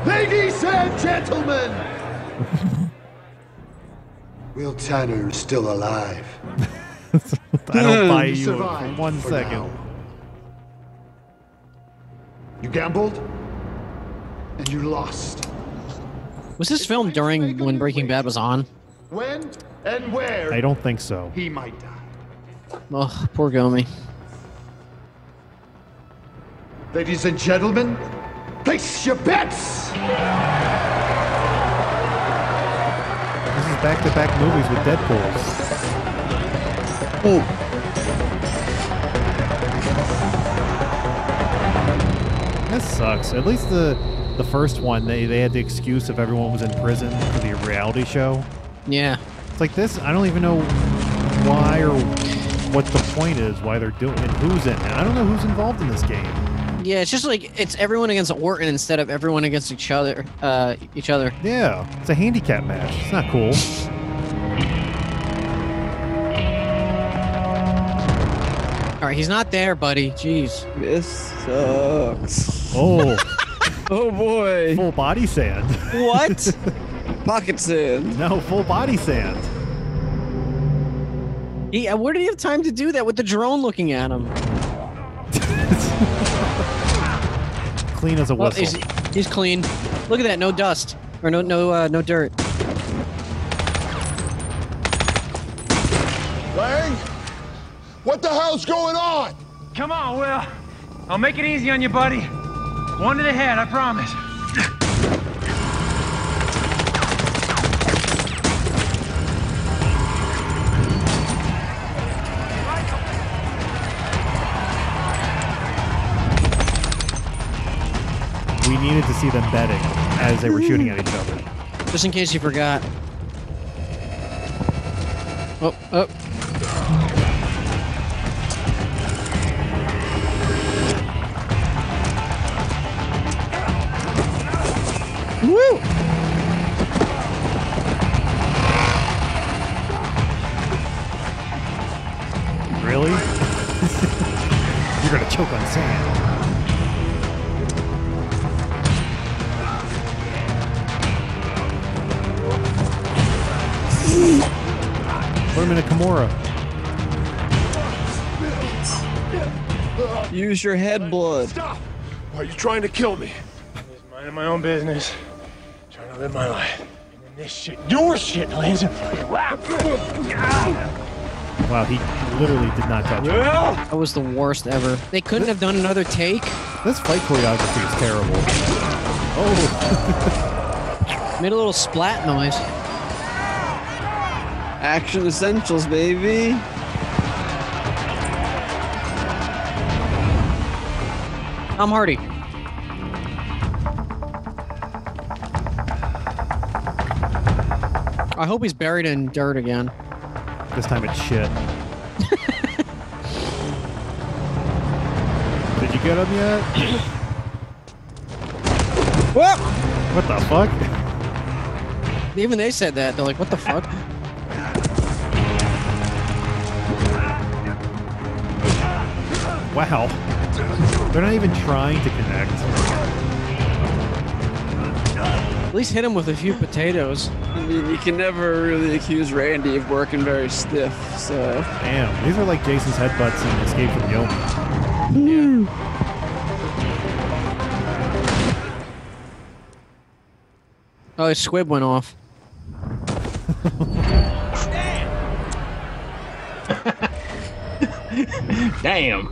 Speaker 15: Ladies and gentlemen! Will Tanner is still alive.
Speaker 5: I don't buy
Speaker 15: He
Speaker 5: you for
Speaker 15: survived
Speaker 5: one
Speaker 15: for
Speaker 5: second.
Speaker 15: now. You gambled? and you lost.
Speaker 3: Was this filmed during when Breaking Bad was on?
Speaker 15: When and where?
Speaker 5: I don't think so.
Speaker 15: He might die.
Speaker 3: Oh, poor Gomi.
Speaker 15: Ladies and gentlemen, place your bets.
Speaker 5: This is back-to-back movies with Deadpool's. This sucks. At least the the first one, they, they had the excuse if everyone was in prison for the reality show.
Speaker 3: Yeah.
Speaker 5: It's like this. I don't even know why or what the point is, why they're doing it, who's in it. I don't know who's involved in this game.
Speaker 3: Yeah, it's just like it's everyone against Orton instead of everyone against each other. Uh, each other.
Speaker 5: Yeah, it's a handicap match. It's not cool.
Speaker 3: All right, he's not there, buddy. Jeez.
Speaker 6: This sucks.
Speaker 5: Oh,
Speaker 6: Oh boy.
Speaker 5: full body sand.
Speaker 3: What?
Speaker 6: Pocket sand.
Speaker 5: No, full body sand.
Speaker 3: He, uh, where did he have time to do that with the drone looking at him?
Speaker 5: Clean as a
Speaker 3: Well,
Speaker 5: whistle.
Speaker 3: he's, he's clean. Look at that, no dust or no no uh, no dirt.
Speaker 15: Lang, what the hell's going on?
Speaker 18: Come on, Will. I'll make it easy on you, buddy. One to the head, I promise.
Speaker 5: we needed to see them betting as they were shooting at each other.
Speaker 3: Just in case you forgot. Oh, oh. Woo!
Speaker 5: Really? You're gonna choke on sand. Put him in a Kimura.
Speaker 6: Use your head blood.
Speaker 15: Why are you trying to kill me?
Speaker 16: Minding my own business, trying to live my life. And then this shit, your shit, lands in fucking lap.
Speaker 5: Wow, he literally did not touch him.
Speaker 16: Well,
Speaker 3: That was the worst ever. They couldn't have done another take.
Speaker 5: This fight choreography is terrible. Oh,
Speaker 3: Made a little splat noise.
Speaker 6: Action essentials, baby.
Speaker 3: Tom Hardy. I hope he's buried in dirt again.
Speaker 5: this time it's shit. did you get him yet?
Speaker 3: Whoa!
Speaker 5: What the fuck?
Speaker 3: Even they said that. They're like, what the fuck?
Speaker 5: Wow. They're not even trying to connect.
Speaker 3: At least hit him with a few potatoes.
Speaker 6: I mean, you can never really accuse Randy of working very stiff, so.
Speaker 5: Damn, these are like Jason's headbutts in Escape from Yoma.
Speaker 3: Oh, his squib went off.
Speaker 4: Damn.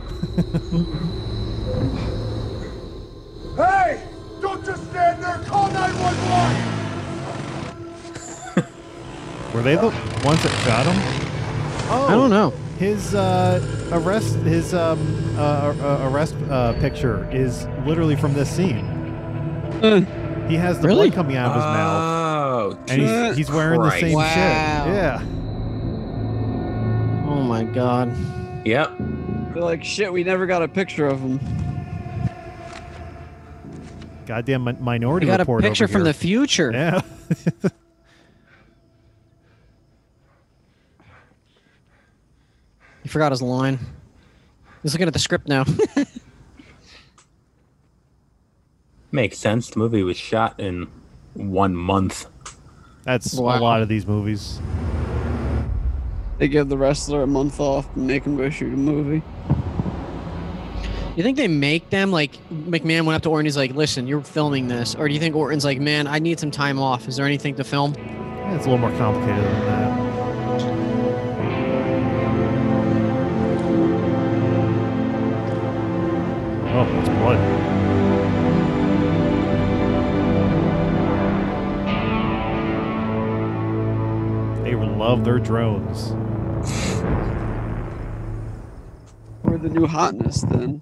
Speaker 15: Hey! Don't just stand there. Call 911.
Speaker 5: Were they the ones that shot him? Oh,
Speaker 3: I don't know.
Speaker 5: His uh, arrest, his um, uh, uh, arrest uh, picture is literally from this scene. He has the
Speaker 3: Hmm. Really?
Speaker 5: blood coming out of his mouth,
Speaker 4: Oh,
Speaker 5: and he's, he's wearing the
Speaker 4: Christ.
Speaker 5: same
Speaker 3: Wow.
Speaker 5: shit. Yeah.
Speaker 3: Oh my god.
Speaker 4: Yep.
Speaker 6: They're like, shit, we never got a picture of him.
Speaker 5: Goddamn mi-
Speaker 3: We
Speaker 5: minority
Speaker 3: got a
Speaker 5: report
Speaker 3: picture
Speaker 5: over
Speaker 3: from the
Speaker 5: here.
Speaker 3: future.
Speaker 5: Yeah.
Speaker 3: He forgot his line. He's looking at the script now.
Speaker 4: Makes sense. The movie was shot in one month.
Speaker 5: That's a
Speaker 3: Wow.
Speaker 5: lot of these movies.
Speaker 6: They give the wrestler a month off and make him go shoot a movie.
Speaker 3: You think they make them like McMahon went up to Orton? He's like, "Listen, you're filming this," or do you think Orton's like, "Man, I need some time off. Is there anything to film?"
Speaker 5: Yeah, it's a little more complicated than that. Oh, it's blood. They love their drones.
Speaker 6: Or the new hotness then.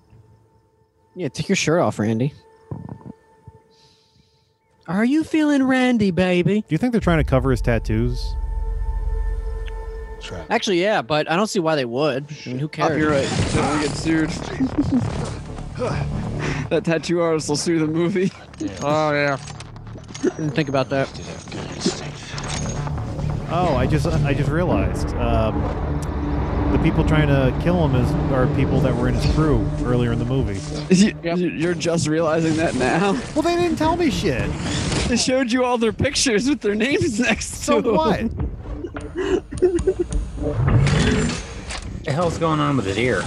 Speaker 3: Yeah, take your shirt off, Randy. Are you feeling Randy, baby?
Speaker 5: Do you think they're trying to cover his tattoos?
Speaker 3: Actually, yeah, but I don't see why they would. I mean, who cares?
Speaker 6: Copyright. Don't get sued. that tattoo artist will sue the movie.
Speaker 3: Oh yeah. Didn't think about that.
Speaker 5: Oh, I just I just realized um, the people trying to kill him is are people that were in his crew earlier in the movie.
Speaker 6: You- You're just realizing that now.
Speaker 5: Well, they didn't tell me shit.
Speaker 6: They showed you all their pictures with their names next
Speaker 5: So
Speaker 6: to them.
Speaker 5: what?
Speaker 4: the hell's going on with his ear?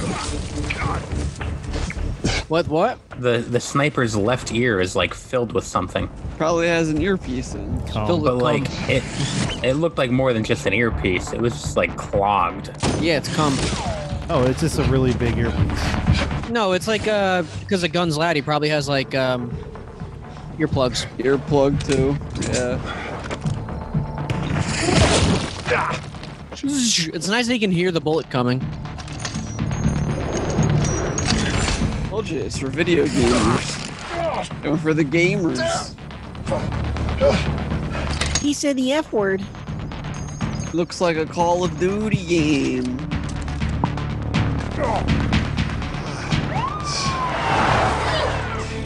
Speaker 3: What? What?
Speaker 4: The the sniper's left ear is like filled with something.
Speaker 6: Probably has an earpiece in.
Speaker 4: But like it, it looked like more than just an earpiece. It was just like clogged.
Speaker 3: Yeah, it's cum.
Speaker 5: Oh, it's just a really big earpiece.
Speaker 3: No, it's like uh, because of Guns Lad, he probably has like um, earplugs.
Speaker 6: Earplug too. Yeah.
Speaker 3: It's nice that he can hear the bullet coming.
Speaker 6: Told you, it's for video gamers. And for the gamers.
Speaker 11: He said the F word.
Speaker 6: Looks like a Call of Duty game.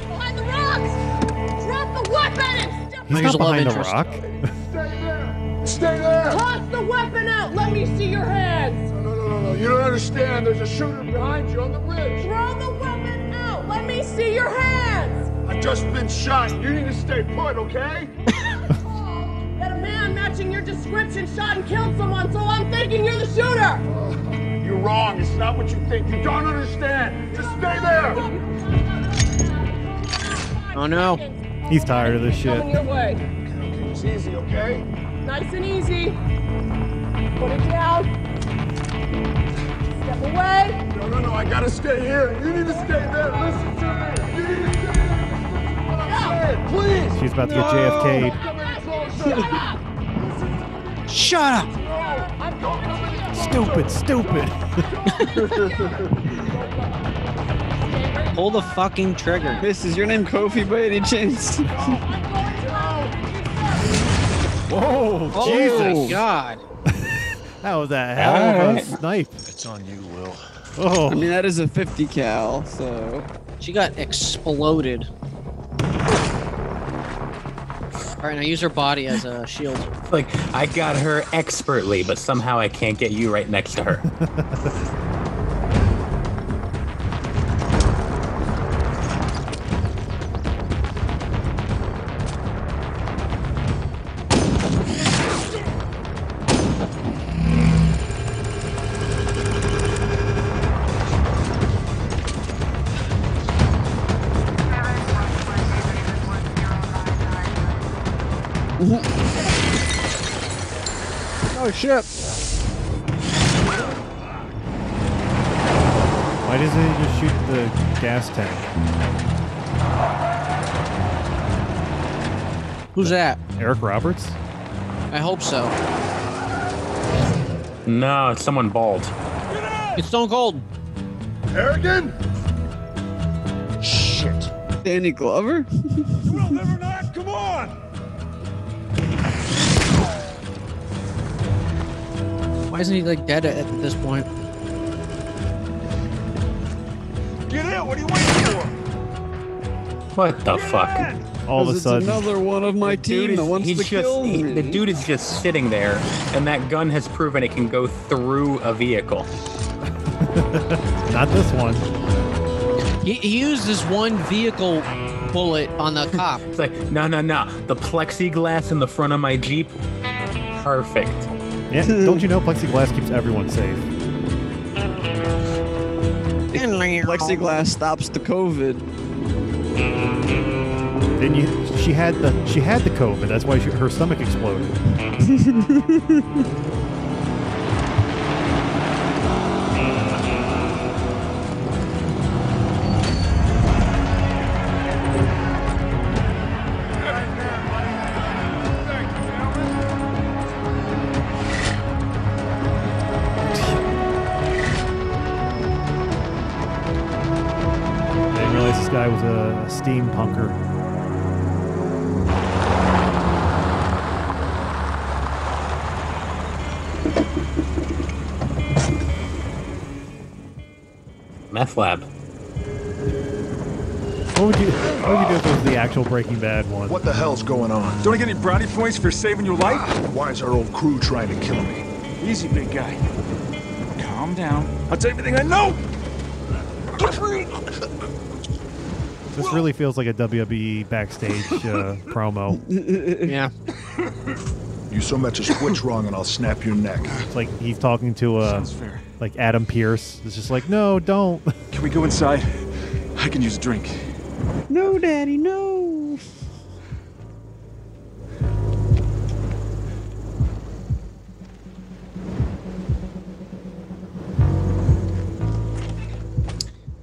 Speaker 14: Behind the rocks! Drop the weapon!
Speaker 5: He's not
Speaker 3: There's a love
Speaker 5: behind a
Speaker 3: interest.
Speaker 5: rock.
Speaker 15: Stay there!
Speaker 14: Toss the weapon out! Let me see your hands!
Speaker 15: No, no, no, no. You don't understand. There's a shooter behind you on the ridge.
Speaker 14: Throw the weapon out! Let me see your hands!
Speaker 15: I've just been shot. You need to stay put, okay?
Speaker 14: That a man matching your description shot and killed someone, so I'm thinking you're the shooter!
Speaker 15: You're wrong. It's not what you think. You don't understand. Just stay there.
Speaker 3: Oh no.
Speaker 5: He's tired of this shit.
Speaker 14: Coming your way.
Speaker 15: It's easy, okay?
Speaker 14: Nice and easy. Put it down. Step away.
Speaker 15: No, no, no. I gotta stay here. You need to stay there. Listen to me. You need to stay there. Listen to what I'm saying. Please.
Speaker 5: She's about to get JFK'd.
Speaker 15: Come in closer.
Speaker 3: Shut up!
Speaker 15: I'm coming over there.
Speaker 5: Stupid, stupid.
Speaker 3: Pull the fucking trigger.
Speaker 6: This is your name Kofi by any chance?
Speaker 5: Whoa,
Speaker 3: Oh my
Speaker 5: Jesus.
Speaker 3: god.
Speaker 5: That was a hell of a
Speaker 4: Alright.
Speaker 5: snipe.
Speaker 15: It's on you,
Speaker 6: I
Speaker 15: Will.
Speaker 5: Oh,
Speaker 6: mean, that is a 50 cal, so.
Speaker 3: She got exploded. All right, now use her body as a shield.
Speaker 4: Like I got her expertly, but somehow I can't get you right next to her.
Speaker 3: Oh shit!
Speaker 5: why doesn't he just shoot the gas tank?
Speaker 3: Who's that?
Speaker 5: Eric Roberts?
Speaker 3: I hope so.
Speaker 4: No, it's someone bald.
Speaker 3: It's Stone Cold.
Speaker 15: Harrigan? Shit.
Speaker 6: Danny Glover?
Speaker 2: Will never not. Come on.
Speaker 3: Why isn't he like dead at, at this point?
Speaker 2: Get in. What are you waiting for?
Speaker 4: What the
Speaker 2: Get
Speaker 4: fuck?
Speaker 2: in.
Speaker 5: All of
Speaker 6: 'Cause
Speaker 5: a
Speaker 6: it's
Speaker 5: sudden.
Speaker 6: another one of my team that wants
Speaker 4: he's
Speaker 6: to
Speaker 4: just
Speaker 6: kill
Speaker 4: he-
Speaker 6: me.
Speaker 4: the dude is just sitting there, and that gun has proven it can go through a vehicle.
Speaker 5: Not this one.
Speaker 3: He, he used his one vehicle bullet on the cop.
Speaker 4: It's like no, no, no. The plexiglass in the front of my jeep, perfect.
Speaker 5: Yeah, don't you know plexiglass keeps everyone safe?
Speaker 6: The plexiglass stops the COVID.
Speaker 5: Then you, she had the she had the COVID. That's why she, her stomach exploded. I didn't realize this guy was a steampunker.
Speaker 4: Meth lab.
Speaker 5: What would you What would you do if it was the actual Breaking Bad one?
Speaker 15: What the hell's going on?
Speaker 19: Don't I get any brownie points for saving your life?
Speaker 15: Why is our old crew trying to kill me?
Speaker 19: Easy, big guy. Calm down. I'll tell you everything I know.
Speaker 5: This really feels like a WWE backstage uh, promo.
Speaker 3: Yeah.
Speaker 15: You so much as twitch wrong, and I'll snap your neck.
Speaker 5: It's like he's talking to uh, like Adam Pierce. It's just like, no, don't.
Speaker 19: Can we go inside? I can use a drink.
Speaker 6: No, Daddy, no.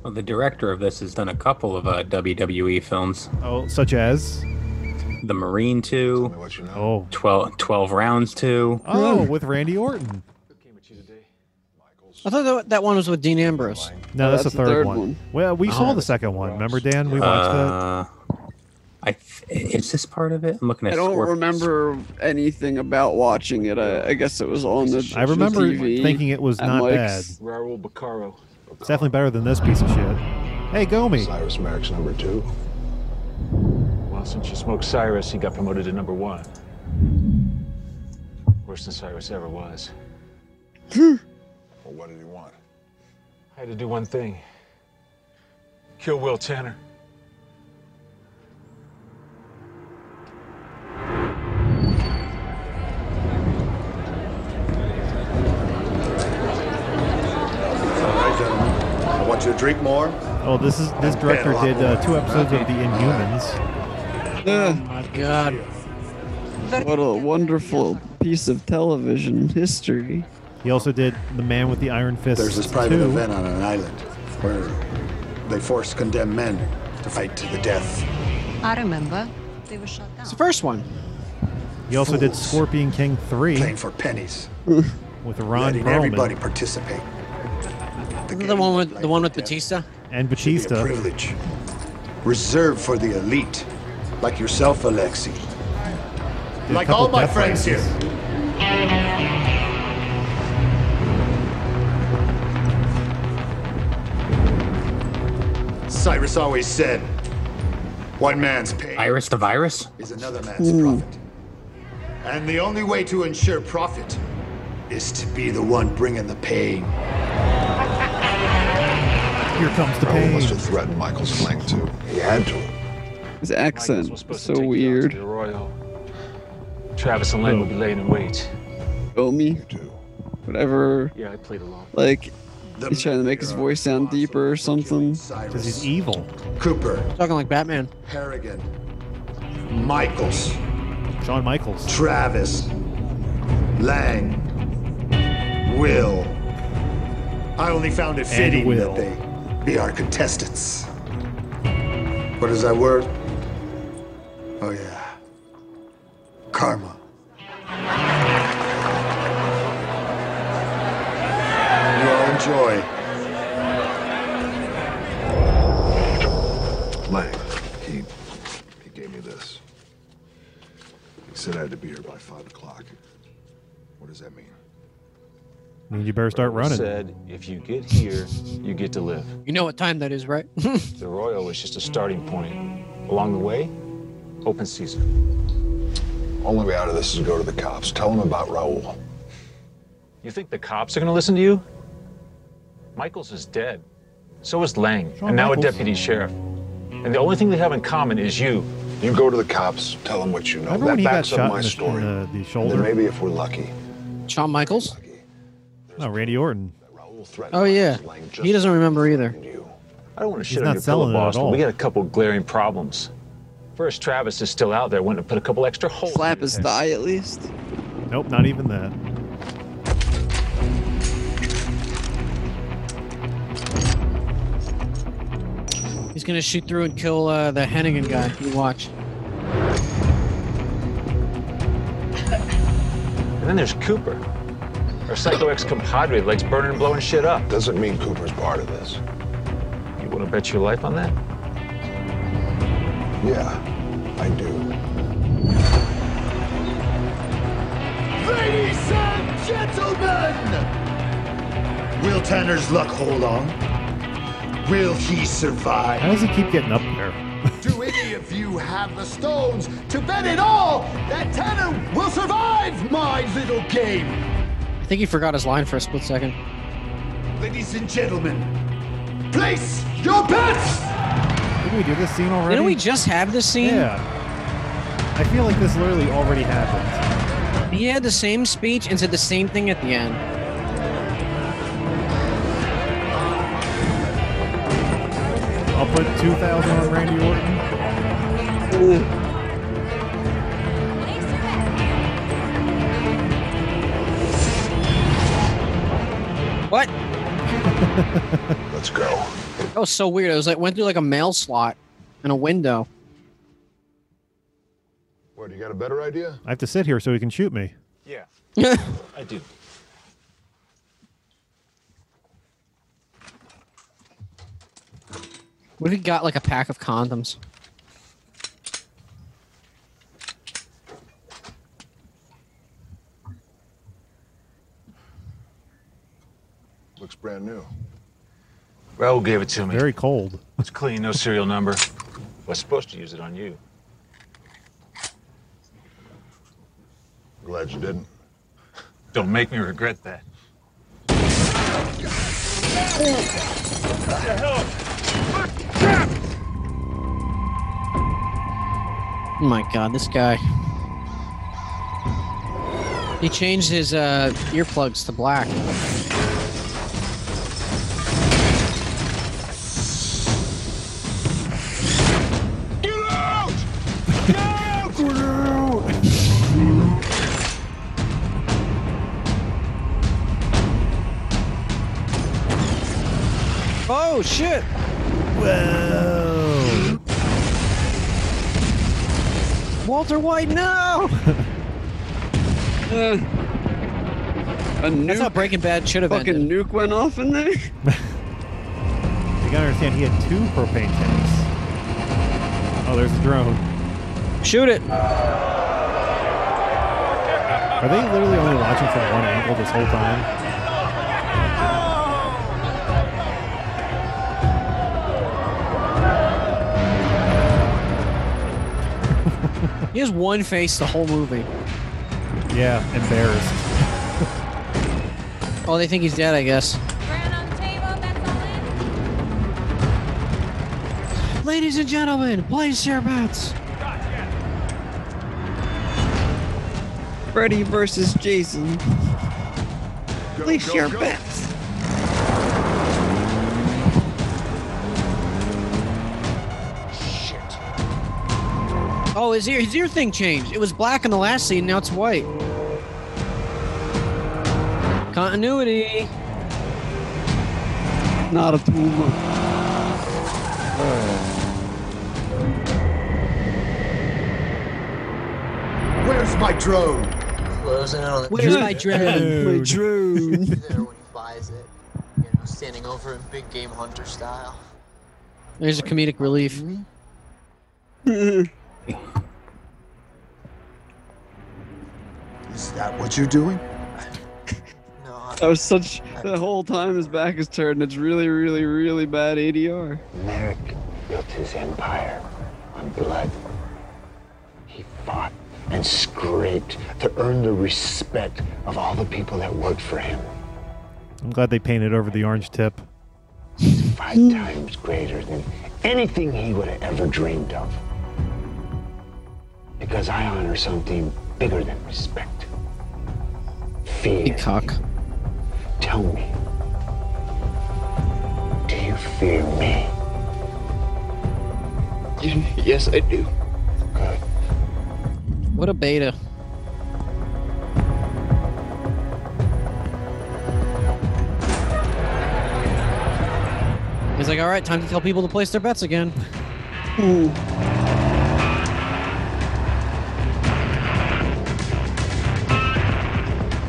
Speaker 4: Well, the director of this has done a couple of uh, WWE films.
Speaker 5: Oh, such as
Speaker 4: The Marine 2,
Speaker 5: oh,
Speaker 4: 12, 12 Rounds 2.
Speaker 5: oh, with Randy Orton.
Speaker 3: I thought that, that one was with Dean Ambrose.
Speaker 5: No, that's, the third, one. Well, we saw the second one. Remember, Dan? We watched
Speaker 4: uh, I th- is this part of it? I'm looking at
Speaker 6: I don't
Speaker 4: Scorp-
Speaker 6: remember anything about watching it. I, I guess it was on the.
Speaker 5: I remember
Speaker 6: the TV
Speaker 5: thinking it was
Speaker 6: at
Speaker 5: not
Speaker 6: Mike's.
Speaker 7: Raul Bacaro.
Speaker 5: that. It's definitely better than this piece of shit. Hey, Gomi.
Speaker 7: Cyrus Max number two.
Speaker 20: Well, since you smoked Cyrus, he got promoted to number one. Worse than Cyrus ever was.
Speaker 7: Well, what did he want?
Speaker 20: I had to do one thing kill Will Tanner.
Speaker 15: All right, gentlemen. I want you to drink more.
Speaker 5: Oh, this is this director did uh, two episodes of The Inhumans.
Speaker 6: Yeah.
Speaker 3: My God.
Speaker 6: What a wonderful piece of television history.
Speaker 5: He also did The Man with the Iron Fist.
Speaker 15: There's this private
Speaker 5: 2.
Speaker 15: event on an island where they force condemned men to fight to the death.
Speaker 21: I remember. They were shot down.
Speaker 3: It's the first one.
Speaker 5: He also did
Speaker 15: Fools.
Speaker 5: Scorpion King three
Speaker 15: Playing for pennies.
Speaker 5: with Ron
Speaker 15: letting
Speaker 5: Perlman
Speaker 15: everybody participate.
Speaker 3: Isn't that The one with the one with Batista.
Speaker 5: and
Speaker 15: Should be a
Speaker 5: Batista.
Speaker 15: privilege reserved for the elite, like yourself, Alexi.
Speaker 5: a couple death races.
Speaker 15: here. Cyrus always said, "One man's pain
Speaker 4: Virus the Virus?
Speaker 15: is another man's profit," and the only way to ensure profit is to be the one bringing the pain.
Speaker 5: Here comes the
Speaker 7: Raul must
Speaker 5: pain.
Speaker 7: have threatened Michael's flank too. He had to.
Speaker 6: His
Speaker 20: Michaels
Speaker 6: accent
Speaker 20: was
Speaker 6: was
Speaker 20: supposed
Speaker 6: so
Speaker 20: to take you out to
Speaker 6: weird.
Speaker 20: the Royal. Travis and Len will be laying in wait.
Speaker 6: Omi,
Speaker 7: too.
Speaker 6: whatever.
Speaker 20: Yeah, I played along.
Speaker 6: Like, he's trying to make his voice sound deeper or something.
Speaker 5: Because
Speaker 15: Cyrus,
Speaker 5: he's evil.
Speaker 15: Cooper,
Speaker 3: Talking like Batman.
Speaker 15: Harrigan, Michaels,
Speaker 5: Shawn Michaels.
Speaker 15: Travis, Lang, Will. I only found it fitting
Speaker 5: Will.
Speaker 15: that they be our contestants. What is that word? Oh, yeah. Karma. You all enjoy.
Speaker 7: Lang, he he gave me this. He said I had to be here by five o'clock. What does that mean?
Speaker 5: And you better start running.
Speaker 20: Said, if you get here, you get to live.
Speaker 3: You know what time that is, right?
Speaker 20: The Royal is just a starting point. Along the way, open season.
Speaker 7: Only way out of this is to go to the cops. Tell them about Raul.
Speaker 20: You think the cops are going to listen to you? Michaels is dead. So is Lang,
Speaker 5: Shawn
Speaker 20: and now
Speaker 5: Michaels.
Speaker 20: a deputy sheriff. And the only thing they have in common is you.
Speaker 7: You go to the cops. Tell them what you know.
Speaker 5: Remember
Speaker 7: that
Speaker 5: when he got
Speaker 7: backs up
Speaker 5: shot
Speaker 7: my
Speaker 5: in the, in
Speaker 7: story.
Speaker 5: the, the
Speaker 7: And then
Speaker 5: shoulder?
Speaker 7: maybe if we're lucky,
Speaker 3: Shawn Michaels.
Speaker 7: lucky,
Speaker 5: No, Randy Orton.
Speaker 7: Raul
Speaker 17: threat.
Speaker 3: Oh yeah, he doesn't remember either.
Speaker 20: I don't want to
Speaker 3: He's
Speaker 20: shit
Speaker 3: not
Speaker 20: on your pillow,
Speaker 3: selling it at
Speaker 20: Boston. We
Speaker 3: all.
Speaker 20: got a couple glaring problems. First, Travis is still out there wanting to put a couple extra holes.
Speaker 6: Slap his thigh at least.
Speaker 5: Nope, not even that.
Speaker 3: He's gonna shoot through and kill uh, the Hennigan guy. You watch.
Speaker 20: And then there's Cooper, our psycho ex compadre, legs burning and blowing shit up.
Speaker 17: Doesn't mean Cooper's part of this.
Speaker 20: You want to bet your life on that?
Speaker 17: Yeah, I do.
Speaker 15: Ladies and gentlemen! Will Tanner's luck hold on? Will he survive?
Speaker 5: How does he keep getting up there?
Speaker 15: Do any of you have the stones to bet it all that Tanner will survive my little game?
Speaker 3: I think he forgot his line for a split second.
Speaker 15: Ladies and gentlemen, place your bets!
Speaker 5: Did we do this scene already?
Speaker 3: Didn't we just have this scene?
Speaker 5: Yeah. I feel like this literally already happened.
Speaker 3: He had the same speech and said the same thing at the end.
Speaker 5: I'll put 2,000 on Randy Orton.
Speaker 3: What?
Speaker 17: Let's go.
Speaker 3: That was so weird. It was like went through like a mail slot and a window.
Speaker 12: What, you got a better idea?
Speaker 5: I have to sit here so he can shoot me.
Speaker 20: Yeah. I do.
Speaker 3: What if he got like a pack of condoms?
Speaker 12: Looks brand new.
Speaker 20: Raul gave it to me.
Speaker 5: Very cold.
Speaker 20: It's clean, no serial number. Was supposed to use it on you.
Speaker 12: Glad you didn't.
Speaker 20: Don't make me regret that.
Speaker 3: Oh my god, this guy. He changed his uh, earplugs to black. Oh shit!
Speaker 5: Whoa!
Speaker 3: Walter White, no!
Speaker 6: Uh, a nuke.
Speaker 3: That's how Breaking Bad should have
Speaker 6: fucking
Speaker 3: ended.
Speaker 6: nuke went off in there.
Speaker 5: You gotta understand, he had two propane tanks. Oh, there's the drone.
Speaker 3: Shoot it!
Speaker 5: Are they literally only watching from one angle this whole time?
Speaker 3: He has one face the whole movie.
Speaker 5: Yeah, embarrassed.
Speaker 3: Oh, they think he's dead, I guess. Ladies and gentlemen, place your bets.
Speaker 6: Freddy versus Jason. Place
Speaker 15: go,
Speaker 6: your
Speaker 15: go.
Speaker 6: bets.
Speaker 3: Oh, his ear, his ear thing changed. It was black in the last scene, now it's white. Continuity.
Speaker 6: Not a tumor.
Speaker 15: Where's my drone?
Speaker 8: Closing in on the
Speaker 3: Where's my drone?
Speaker 6: drone.
Speaker 8: there when he buys it. You know, standing over him big game hunter style.
Speaker 3: There's a comedic relief.
Speaker 15: Is that what you're doing?
Speaker 6: That was such. The whole time his back is turned. It's really, really, really bad ADR.
Speaker 22: Merrick built his empire on blood. He fought and scraped to earn the respect of all the people that worked for him.
Speaker 5: I'm glad they painted over the orange tip.
Speaker 22: Five times greater than anything he would have ever dreamed of. Because I honor something bigger than respect. Fear.
Speaker 3: Peacock.
Speaker 22: Tell me, fear me?
Speaker 8: yes, I do.
Speaker 3: What a beta. He's like, all right, time to tell people to place their bets again.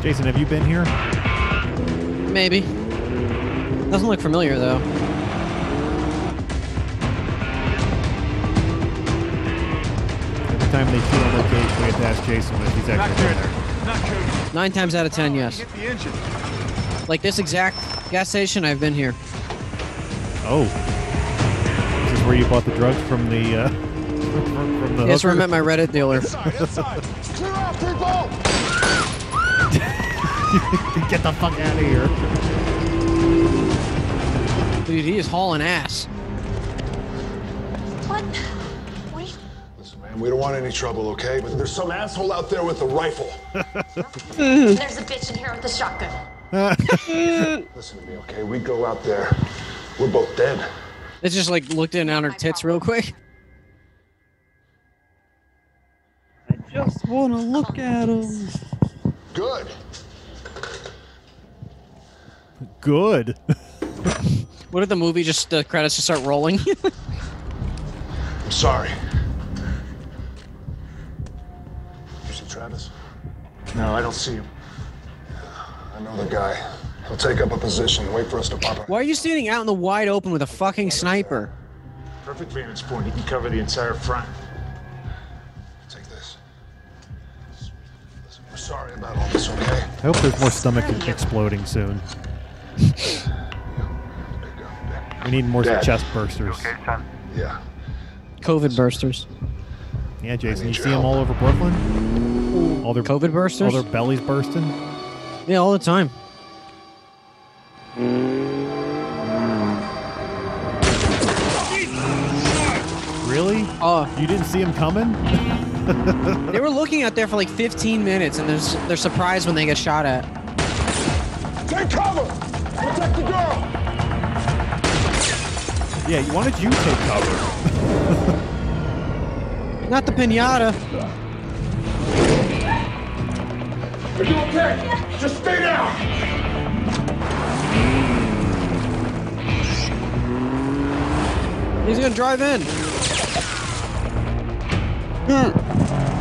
Speaker 5: Jason, have you been here?
Speaker 3: Maybe. Doesn't look familiar, though.
Speaker 5: Every time they shoot on location, we have to ask Jason if he's actually been there.
Speaker 16: Not good.
Speaker 3: Nine times out of ten, yes.
Speaker 16: Hit the engine.
Speaker 3: Like this exact gas station, I've been here.
Speaker 5: Oh. This is where you bought the drugs from the, uh, from, from the
Speaker 3: That's where I
Speaker 5: hooker?
Speaker 3: met my Reddit dealer.
Speaker 15: Clear off, people!
Speaker 5: Get the fuck out of here.
Speaker 3: Dude, he is hauling ass.
Speaker 15: What?
Speaker 12: Man, we don't want any trouble, okay? But there's some asshole out there with a rifle.
Speaker 10: There's a bitch in here with a shotgun.
Speaker 12: Listen to me, okay? We go out there. We're both dead.
Speaker 3: It's just like looked in on her tits real quick.
Speaker 6: Just wanna look at him.
Speaker 12: Good.
Speaker 5: Good.
Speaker 3: What if the movie just the credits just start rolling?
Speaker 12: I'm sorry. You see Travis? No, I don't see him. I know the guy. He'll take up a position, wait for us to pop up.
Speaker 3: Why are you standing out in the wide open with a fucking sniper?
Speaker 23: Perfect vantage point. You can cover the entire front.
Speaker 12: Take this. Listen, we're sorry about all this, okay?
Speaker 5: I hope there's more stomach exploding soon. we need more
Speaker 12: Dad.
Speaker 5: chest bursters.
Speaker 12: Yeah.
Speaker 3: COVID bursters.
Speaker 5: Yeah, Jason, you see them all over Brooklyn? All their
Speaker 3: COVID bursters?
Speaker 5: All their bellies bursting?
Speaker 3: Yeah, all the time.
Speaker 5: Really?
Speaker 3: Oh.
Speaker 5: You didn't see them coming?
Speaker 3: They were looking out there for like 15 minutes, and they're, they're surprised when they get shot at.
Speaker 15: Take cover! Protect the girl!
Speaker 5: Yeah, why don't you take cover?
Speaker 3: Not the pinata.
Speaker 15: Are you okay? Just stay down!
Speaker 3: He's gonna drive in. Hmm.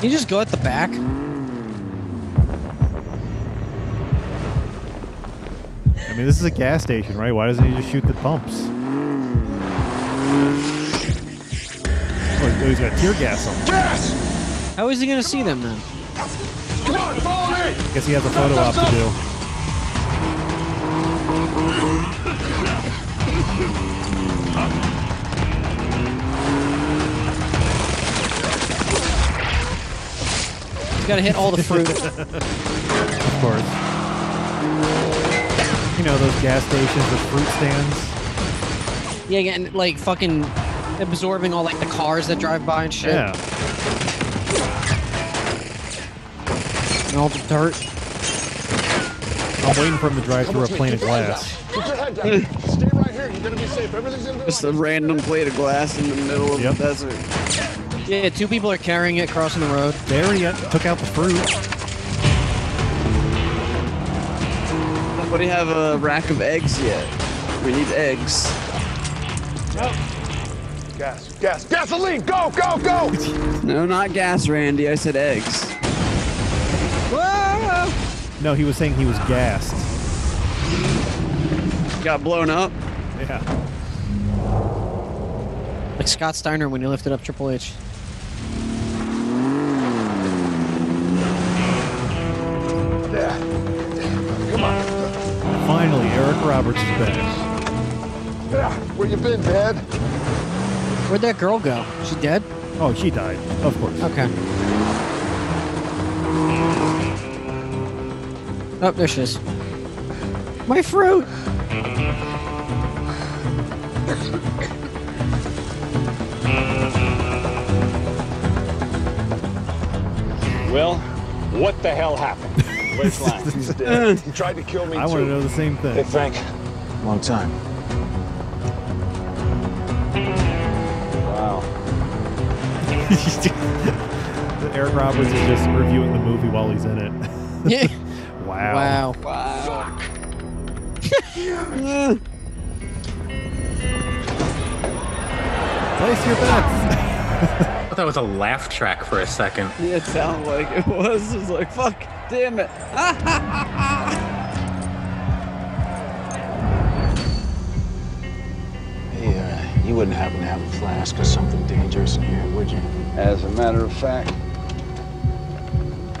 Speaker 3: Can you just go at the back?
Speaker 5: I mean, this is a gas station, right? Why doesn't he just shoot the pumps? Oh, Oh, he's got tear gas on.
Speaker 15: Yes!
Speaker 3: How is he gonna see them then?
Speaker 15: Come on, follow me!
Speaker 5: Guess he has a photo op to do.
Speaker 3: He's gotta hit all the fruit.
Speaker 5: Of course. You know those gas stations with fruit stands?
Speaker 3: yeah, and like fucking absorbing all like the cars that drive by and shit.
Speaker 5: Yeah.
Speaker 3: And all the dirt.
Speaker 5: I'm waiting for him to drive through a plane of glass.
Speaker 15: Keep your head down. stay right here. You're gonna be safe. Everything's gonna be
Speaker 6: Just a random plate of glass in the middle of the desert.
Speaker 3: Yeah, two people are carrying it crossing the road.
Speaker 5: They already uh, took out the fruit.
Speaker 6: Nobody have a rack of eggs yet. We need eggs.
Speaker 15: Gas, gas, gasoline! Go, go, go!
Speaker 6: No, not gas, Randy. I said eggs.
Speaker 3: Whoa!
Speaker 5: No, he was saying he was gassed.
Speaker 6: Got blown up.
Speaker 5: Yeah.
Speaker 3: Like Scott Steiner when he lifted up Triple H.
Speaker 15: Come on.
Speaker 5: Finally, Eric Roberts is back.
Speaker 15: Where you been, Dad?
Speaker 3: Where'd that girl go? She dead?
Speaker 5: Oh, she died. Of course.
Speaker 3: Okay. Oh, there she is. My fruit.
Speaker 9: Well, what the hell happened? Where's Lang? He's dead. He tried to kill me
Speaker 5: I
Speaker 9: too.
Speaker 5: want to know the same thing.
Speaker 9: Hey Frank, long time. Wow.
Speaker 5: Eric Roberts is just reviewing the movie while he's in it.
Speaker 3: Yeah.
Speaker 5: Wow.
Speaker 3: Wow.
Speaker 6: Wow.
Speaker 5: Place your bets.
Speaker 4: I thought that was a laugh track for a second.
Speaker 6: Yeah, it sounded like it was. It was like, fuck, damn it.
Speaker 9: Hey, uh, you wouldn't happen to have a flask or something dangerous in here, would you?
Speaker 17: As a matter of fact,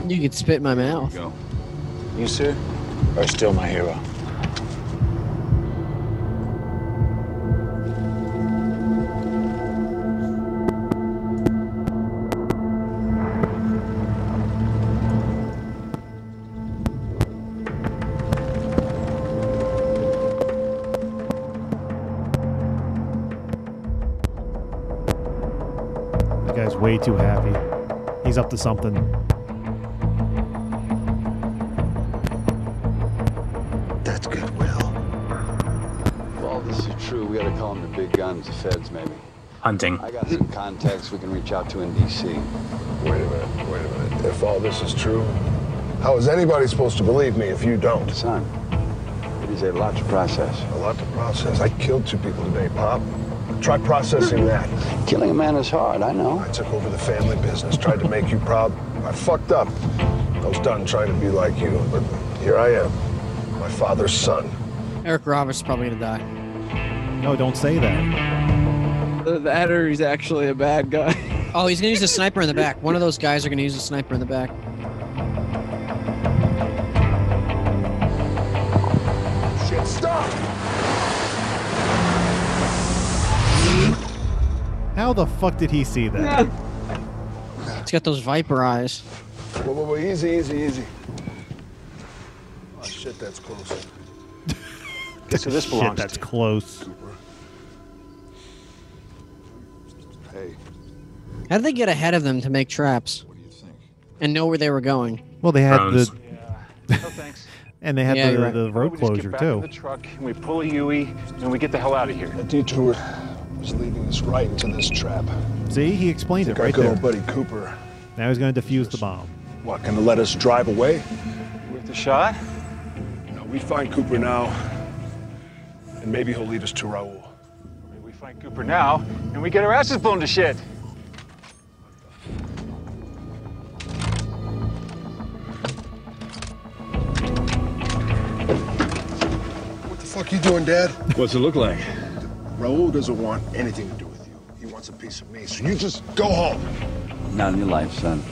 Speaker 3: You could spit in my mouth.
Speaker 9: Go. You, sir, are still my hero.
Speaker 5: That guy's way too happy. He's up to something.
Speaker 17: That's goodwill. If all this is true, we gotta call them the big guns, the feds, maybe.
Speaker 4: Hunting.
Speaker 17: I got some contacts we can reach out to in D.C.
Speaker 7: Wait a minute, wait a minute. If all this is true, how is anybody supposed to believe me if you don't?
Speaker 17: Son, it is a lot to process.
Speaker 7: A lot to process. I killed two people today, Pop. Try processing that.
Speaker 17: Killing a man is hard, I know.
Speaker 7: I took over the family business, tried to make you proud. I fucked up. I was done trying to be like you, but here I am, my father's son.
Speaker 3: Eric Roberts is probably gonna die.
Speaker 5: No, don't say that.
Speaker 6: Either that or he's actually a bad guy.
Speaker 3: Oh, he's gonna use a sniper in the back. One of those guys are gonna use a sniper in the back.
Speaker 7: Shit, stop!
Speaker 5: How the fuck did he see that?
Speaker 3: He's got those viper eyes.
Speaker 7: Whoa, whoa, whoa, easy, easy, easy. Oh, shit, that's close.
Speaker 9: So this
Speaker 5: Shit,
Speaker 9: belongs
Speaker 5: that's
Speaker 9: to you.
Speaker 5: close.
Speaker 7: Hey,
Speaker 3: How did they get ahead of them to make traps? And know where they were going.
Speaker 5: Well, they had
Speaker 4: Drones.
Speaker 5: the
Speaker 9: No Oh, thanks.
Speaker 5: and they had
Speaker 3: Yeah,
Speaker 5: the,
Speaker 3: you're right.
Speaker 5: the road
Speaker 9: We just
Speaker 5: closure
Speaker 9: get back
Speaker 5: too.
Speaker 9: in the truck and we pull a UE and we get the hell out of here.
Speaker 7: That detour was leading us right into this trap.
Speaker 5: See, he explained it
Speaker 7: Our
Speaker 5: right
Speaker 7: good
Speaker 5: there.
Speaker 7: old buddy Cooper,
Speaker 5: Now he's going to defuse the bomb.
Speaker 7: what, gonna let us drive away?
Speaker 9: With the shot?
Speaker 7: No, we find Cooper now, and maybe he'll lead us to Raul.
Speaker 9: We find Cooper now and we get our asses blown to shit.
Speaker 7: What the fuck you doing, Dad?
Speaker 9: What's it look like?
Speaker 7: Raul doesn't want anything to do with you. He wants a piece of me, so you just go home.
Speaker 17: Not in your life, son.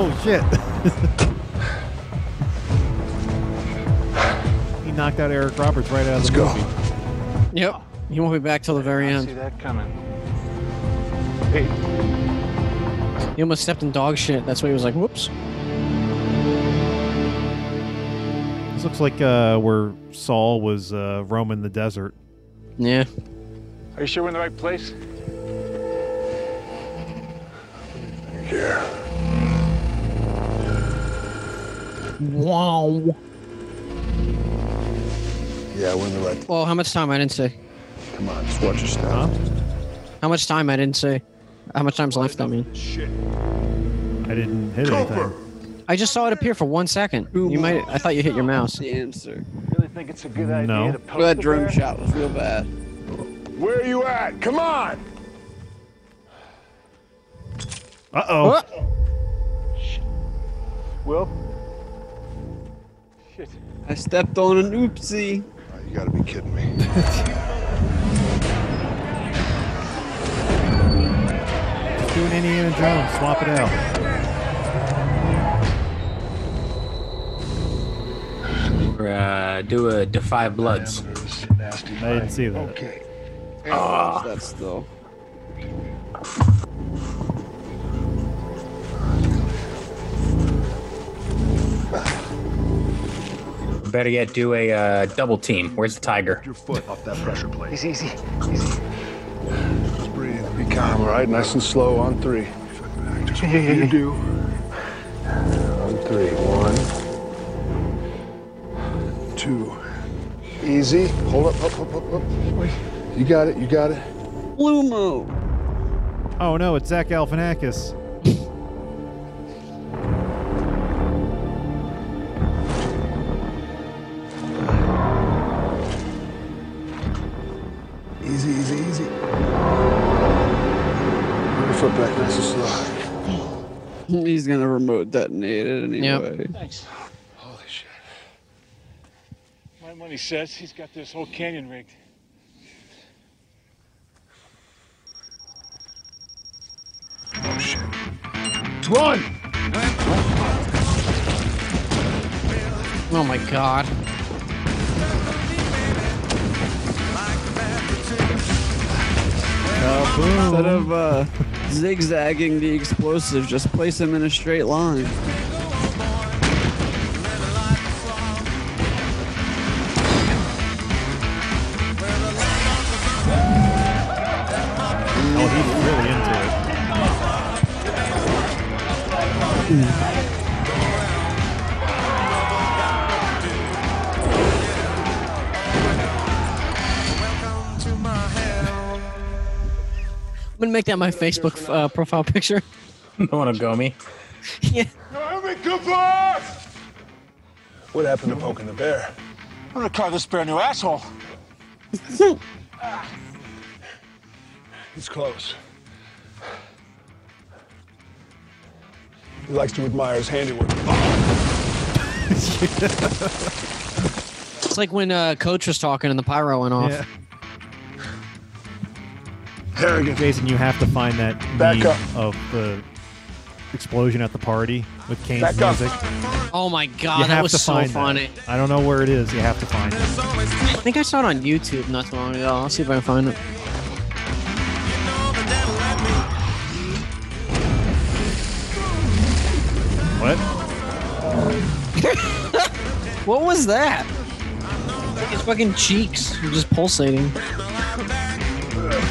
Speaker 5: Oh shit! he knocked out Eric Roberts right out of the
Speaker 7: go.
Speaker 5: movie.
Speaker 3: Yep. He won't be back till the very
Speaker 9: I see
Speaker 3: end.
Speaker 9: that coming. Hey,
Speaker 3: He almost stepped in dog shit. That's why he was like, whoops.
Speaker 5: This looks like uh, where Saul was uh, roaming the desert.
Speaker 3: Yeah.
Speaker 9: are you sure we're in the right place?
Speaker 7: Here.
Speaker 3: Wow.
Speaker 7: Yeah, we're in the right.
Speaker 3: Well, how much time I didn't say?
Speaker 7: Come on, just watch us now.
Speaker 3: How much time I didn't say? How much time's left? I mean,
Speaker 7: Shit.
Speaker 5: I didn't hit
Speaker 7: Cooper!
Speaker 5: anything.
Speaker 3: I just saw it appear for one second. You might. I thought you hit your mouse.
Speaker 6: the answer.
Speaker 9: Really think it's a good idea
Speaker 5: No.
Speaker 9: to post
Speaker 6: That
Speaker 9: it
Speaker 6: drone
Speaker 9: there?
Speaker 6: shot was real bad.
Speaker 7: Where are you at? Come on!
Speaker 5: Uh oh.
Speaker 9: Will? Shit.
Speaker 6: I stepped on an oopsie.
Speaker 7: Oh, you gotta be kidding me.
Speaker 5: Just doing Indiana Jones. Swap it out.
Speaker 4: Or, uh, do a Defy Bloods.
Speaker 7: Nasty.
Speaker 5: I didn't see that.
Speaker 7: Okay.
Speaker 6: That's still.
Speaker 4: Better yet, do a uh, double team. Where's the tiger?
Speaker 7: Your foot off that pressure plate.
Speaker 22: Easy, easy.
Speaker 7: Just breathe. Be calm, all right? Nice and slow on three. Just what you do. On three. One. Two. Easy. Hold up, up, up, up, up. You got it. You got it.
Speaker 6: Blumo.
Speaker 5: Oh no, it's Zach Galifianakis.
Speaker 7: Easy, easy, easy. Put Your foot back nice and slow.
Speaker 6: He's gonna remote detonate it anyway.
Speaker 9: Thanks. Holy shit. My money says he's got this whole canyon rigged.
Speaker 7: It's one.
Speaker 3: Oh my god.
Speaker 6: Instead of uh, zigzagging the explosive, just place them in a straight line.
Speaker 5: Oh, he's really into
Speaker 3: I'm gonna make that my Facebook uh, profile picture.
Speaker 4: Don't want to go me.
Speaker 3: yeah.
Speaker 2: Naomi Cooper!
Speaker 7: What happened to poking the bear?
Speaker 9: I'm gonna carve this bear a new asshole.
Speaker 7: He's close. He likes to admire his handiwork.
Speaker 3: It's like when uh, Coach was talking and the pyro went off.
Speaker 5: Yeah. it. Jason, you have to find that
Speaker 7: Back
Speaker 5: meme
Speaker 7: up.
Speaker 5: of the explosion at the party with Kane's
Speaker 7: Back up.
Speaker 5: music.
Speaker 3: Oh my god,
Speaker 5: you
Speaker 3: that
Speaker 5: have
Speaker 3: was
Speaker 5: to
Speaker 3: so
Speaker 5: find that.
Speaker 3: funny.
Speaker 5: I don't know where it is. You have to find it.
Speaker 3: I think I saw it on YouTube not too long ago. I'll see if I can find it.
Speaker 5: What?
Speaker 3: What was that? His fucking cheeks were just pulsating.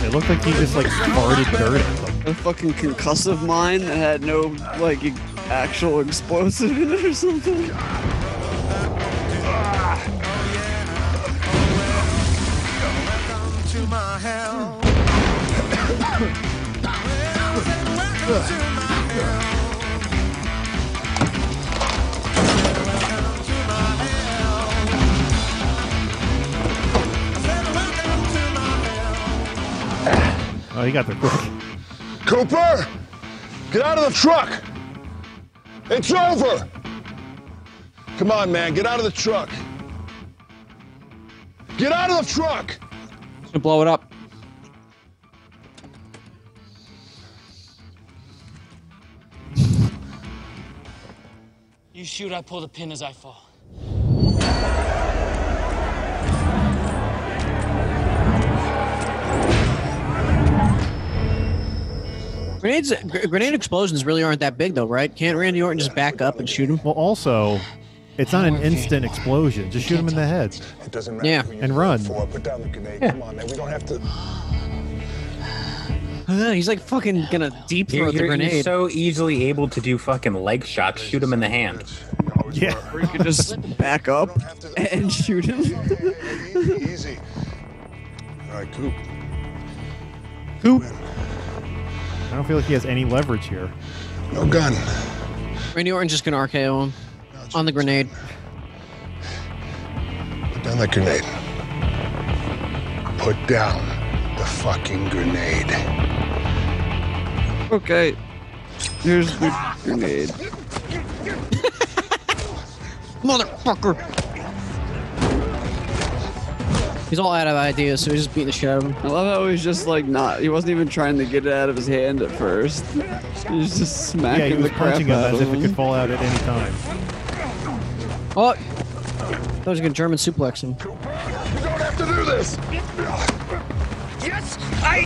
Speaker 5: It looked like he just like farted dirt. at them.
Speaker 6: A fucking concussive mine that had no like e- actual explosive in it or something.
Speaker 5: Oh, he got there quick.
Speaker 7: Cooper, get out of the truck. It's over. Come on, man, get out of the truck. Get out of the truck.
Speaker 3: gonna blow it up.
Speaker 1: You shoot, I pull the pin as I fall.
Speaker 3: Grenades, gr- grenade explosions really aren't that big though, right? Can't Randy Orton just back up and shoot him?
Speaker 5: Well, also, it's not an instant explosion. Just shoot him in the head.
Speaker 7: It doesn't matter.
Speaker 3: Yeah.
Speaker 7: who you
Speaker 5: And
Speaker 7: vote
Speaker 5: run.
Speaker 7: For. Put down the grenade. Come on, man. We don't have to.
Speaker 3: Uh, he's like fucking gonna deep
Speaker 4: You're,
Speaker 3: throat the
Speaker 4: you're- you're
Speaker 3: grenade.
Speaker 4: so easily able to do fucking leg shots. Shoot him in the hand.
Speaker 5: Yeah.
Speaker 6: Or you could just back up and shoot him.
Speaker 7: Easy, easy. All right, Coop.
Speaker 5: Coop. I don't feel like he has any leverage here.
Speaker 7: No gun.
Speaker 3: Randy Orton's just gonna RKO him on the grenade.
Speaker 7: Put down that grenade. Put down the fucking grenade.
Speaker 6: Okay. Here's the grenade.
Speaker 3: Motherfucker! He's all out of ideas, so he's just beating the shit out of him.
Speaker 6: I love how he's just like not. He wasn't even trying to get it out of his hand at first. He's just smacking
Speaker 5: yeah, he was
Speaker 6: the crap
Speaker 5: punching him
Speaker 6: out
Speaker 5: as
Speaker 6: of
Speaker 5: if it
Speaker 6: him.
Speaker 5: could fall out at any time.
Speaker 3: Oh! That was gonna German suplex him.
Speaker 7: You don't have to do this.
Speaker 12: Yes, I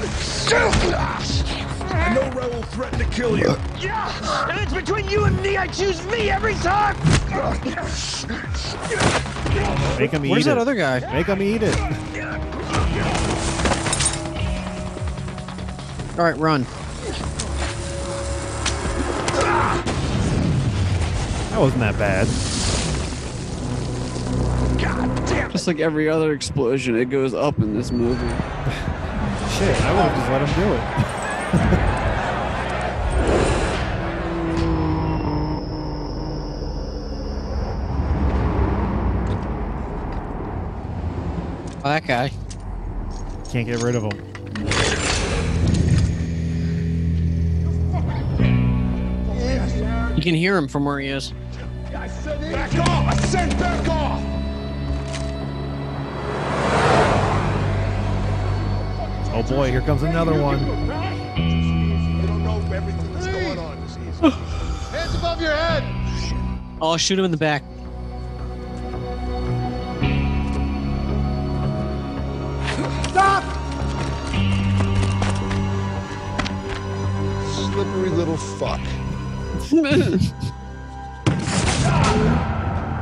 Speaker 12: do.
Speaker 7: I know Raoul threatened to kill you.
Speaker 12: Yeah, and it's between you and me. I choose me every time.
Speaker 5: Make him eat
Speaker 3: Where's
Speaker 5: it.
Speaker 3: that other guy?
Speaker 5: Make him eat it.
Speaker 3: All right, run.
Speaker 5: That wasn't that bad.
Speaker 6: Just like every other explosion, it goes up in this movie.
Speaker 5: Shit, I would have just let him do it.
Speaker 3: Oh, that guy.
Speaker 5: Can't get rid of him.
Speaker 3: You can hear him from where he is.
Speaker 2: Back off! I said back off!
Speaker 5: Oh boy, here comes another one.
Speaker 15: Hands above your head.
Speaker 3: Oh, shoot him in the back.
Speaker 15: Stop. Slippery little fuck.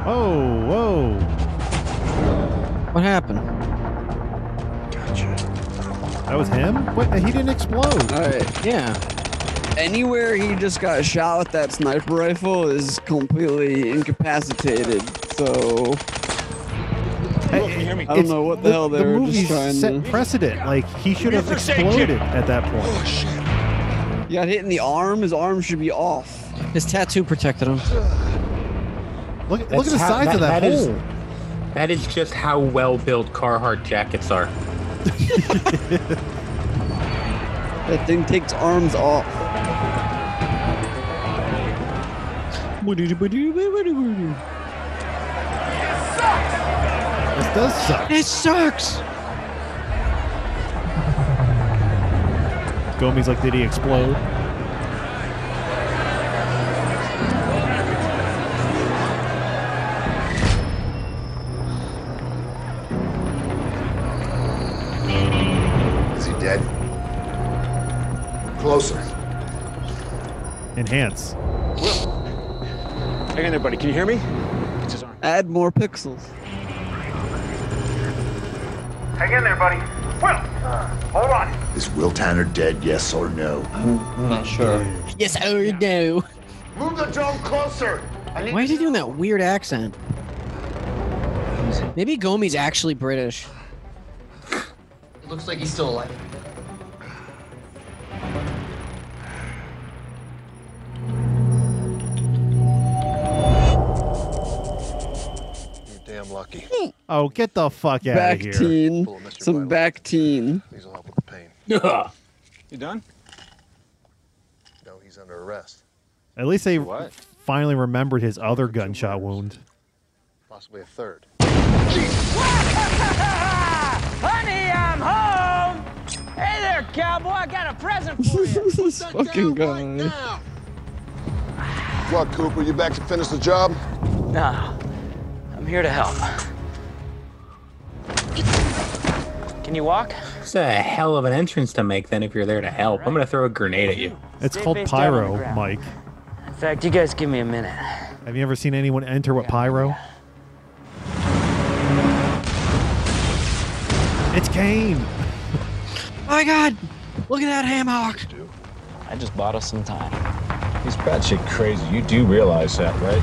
Speaker 5: Oh, whoa.
Speaker 3: What happened?
Speaker 5: That was him? What? He didn't explode.
Speaker 6: All right.
Speaker 3: Yeah.
Speaker 6: Anywhere he just got shot with that sniper rifle is completely incapacitated. So I don't
Speaker 5: It's-
Speaker 6: know what the hell they were
Speaker 5: movie's
Speaker 6: just trying
Speaker 5: set
Speaker 6: to.
Speaker 5: precedent. Like he should have exploded at that point.
Speaker 6: He got hit in the arm. His arm should be off.
Speaker 3: His tattoo protected him.
Speaker 5: Look,
Speaker 6: look at the size of that
Speaker 4: is-
Speaker 6: hole.
Speaker 4: that is just how well built Carhartt jackets are.
Speaker 6: That thing takes arms off.
Speaker 5: This does suck.
Speaker 3: It sucks.
Speaker 5: Gomi's like, did he explode?
Speaker 15: Is he dead? Closer.
Speaker 5: Enhance.
Speaker 9: Hang in there, buddy. Can you hear me?
Speaker 6: Add more pixels.
Speaker 16: Hang in there, buddy. Will, hold on.
Speaker 15: Is Will Tanner dead? Yes or no? I'm
Speaker 6: not sure.
Speaker 3: Yes or no.
Speaker 15: Move the drone closer.
Speaker 3: Why is he doing that weird accent? Maybe Gomi's actually British.
Speaker 8: It looks like he's still alive.
Speaker 12: You're damn lucky.
Speaker 5: Oh, get the fuck out
Speaker 6: back
Speaker 5: of here.
Speaker 6: teen. Some back teen.
Speaker 12: These will help with the pain.
Speaker 9: You done?
Speaker 12: No, he's under arrest.
Speaker 5: At least they finally remembered his other gunshot wound.
Speaker 12: Possibly a third.
Speaker 14: Honey, I'm home! Hey there, cowboy, I got a present for you!
Speaker 6: this fucking guy.
Speaker 12: What, Cooper? You back to finish the job?
Speaker 1: Nah, I'm here to help.
Speaker 3: Oh
Speaker 1: Can you walk?
Speaker 4: It's a hell of an entrance to make then if you're there to help. I'm gonna throw a grenade at you.
Speaker 5: It's
Speaker 1: Stay
Speaker 5: called
Speaker 1: face down on the
Speaker 5: pyro,
Speaker 1: ground.
Speaker 5: Mike.
Speaker 1: In fact, you guys give me a minute.
Speaker 5: Have you ever seen anyone enter with pyro? It's Kane.
Speaker 3: Oh my god! Look at that hammock!
Speaker 20: I just bought us some time.
Speaker 9: He's batshit crazy. You do realize that, right?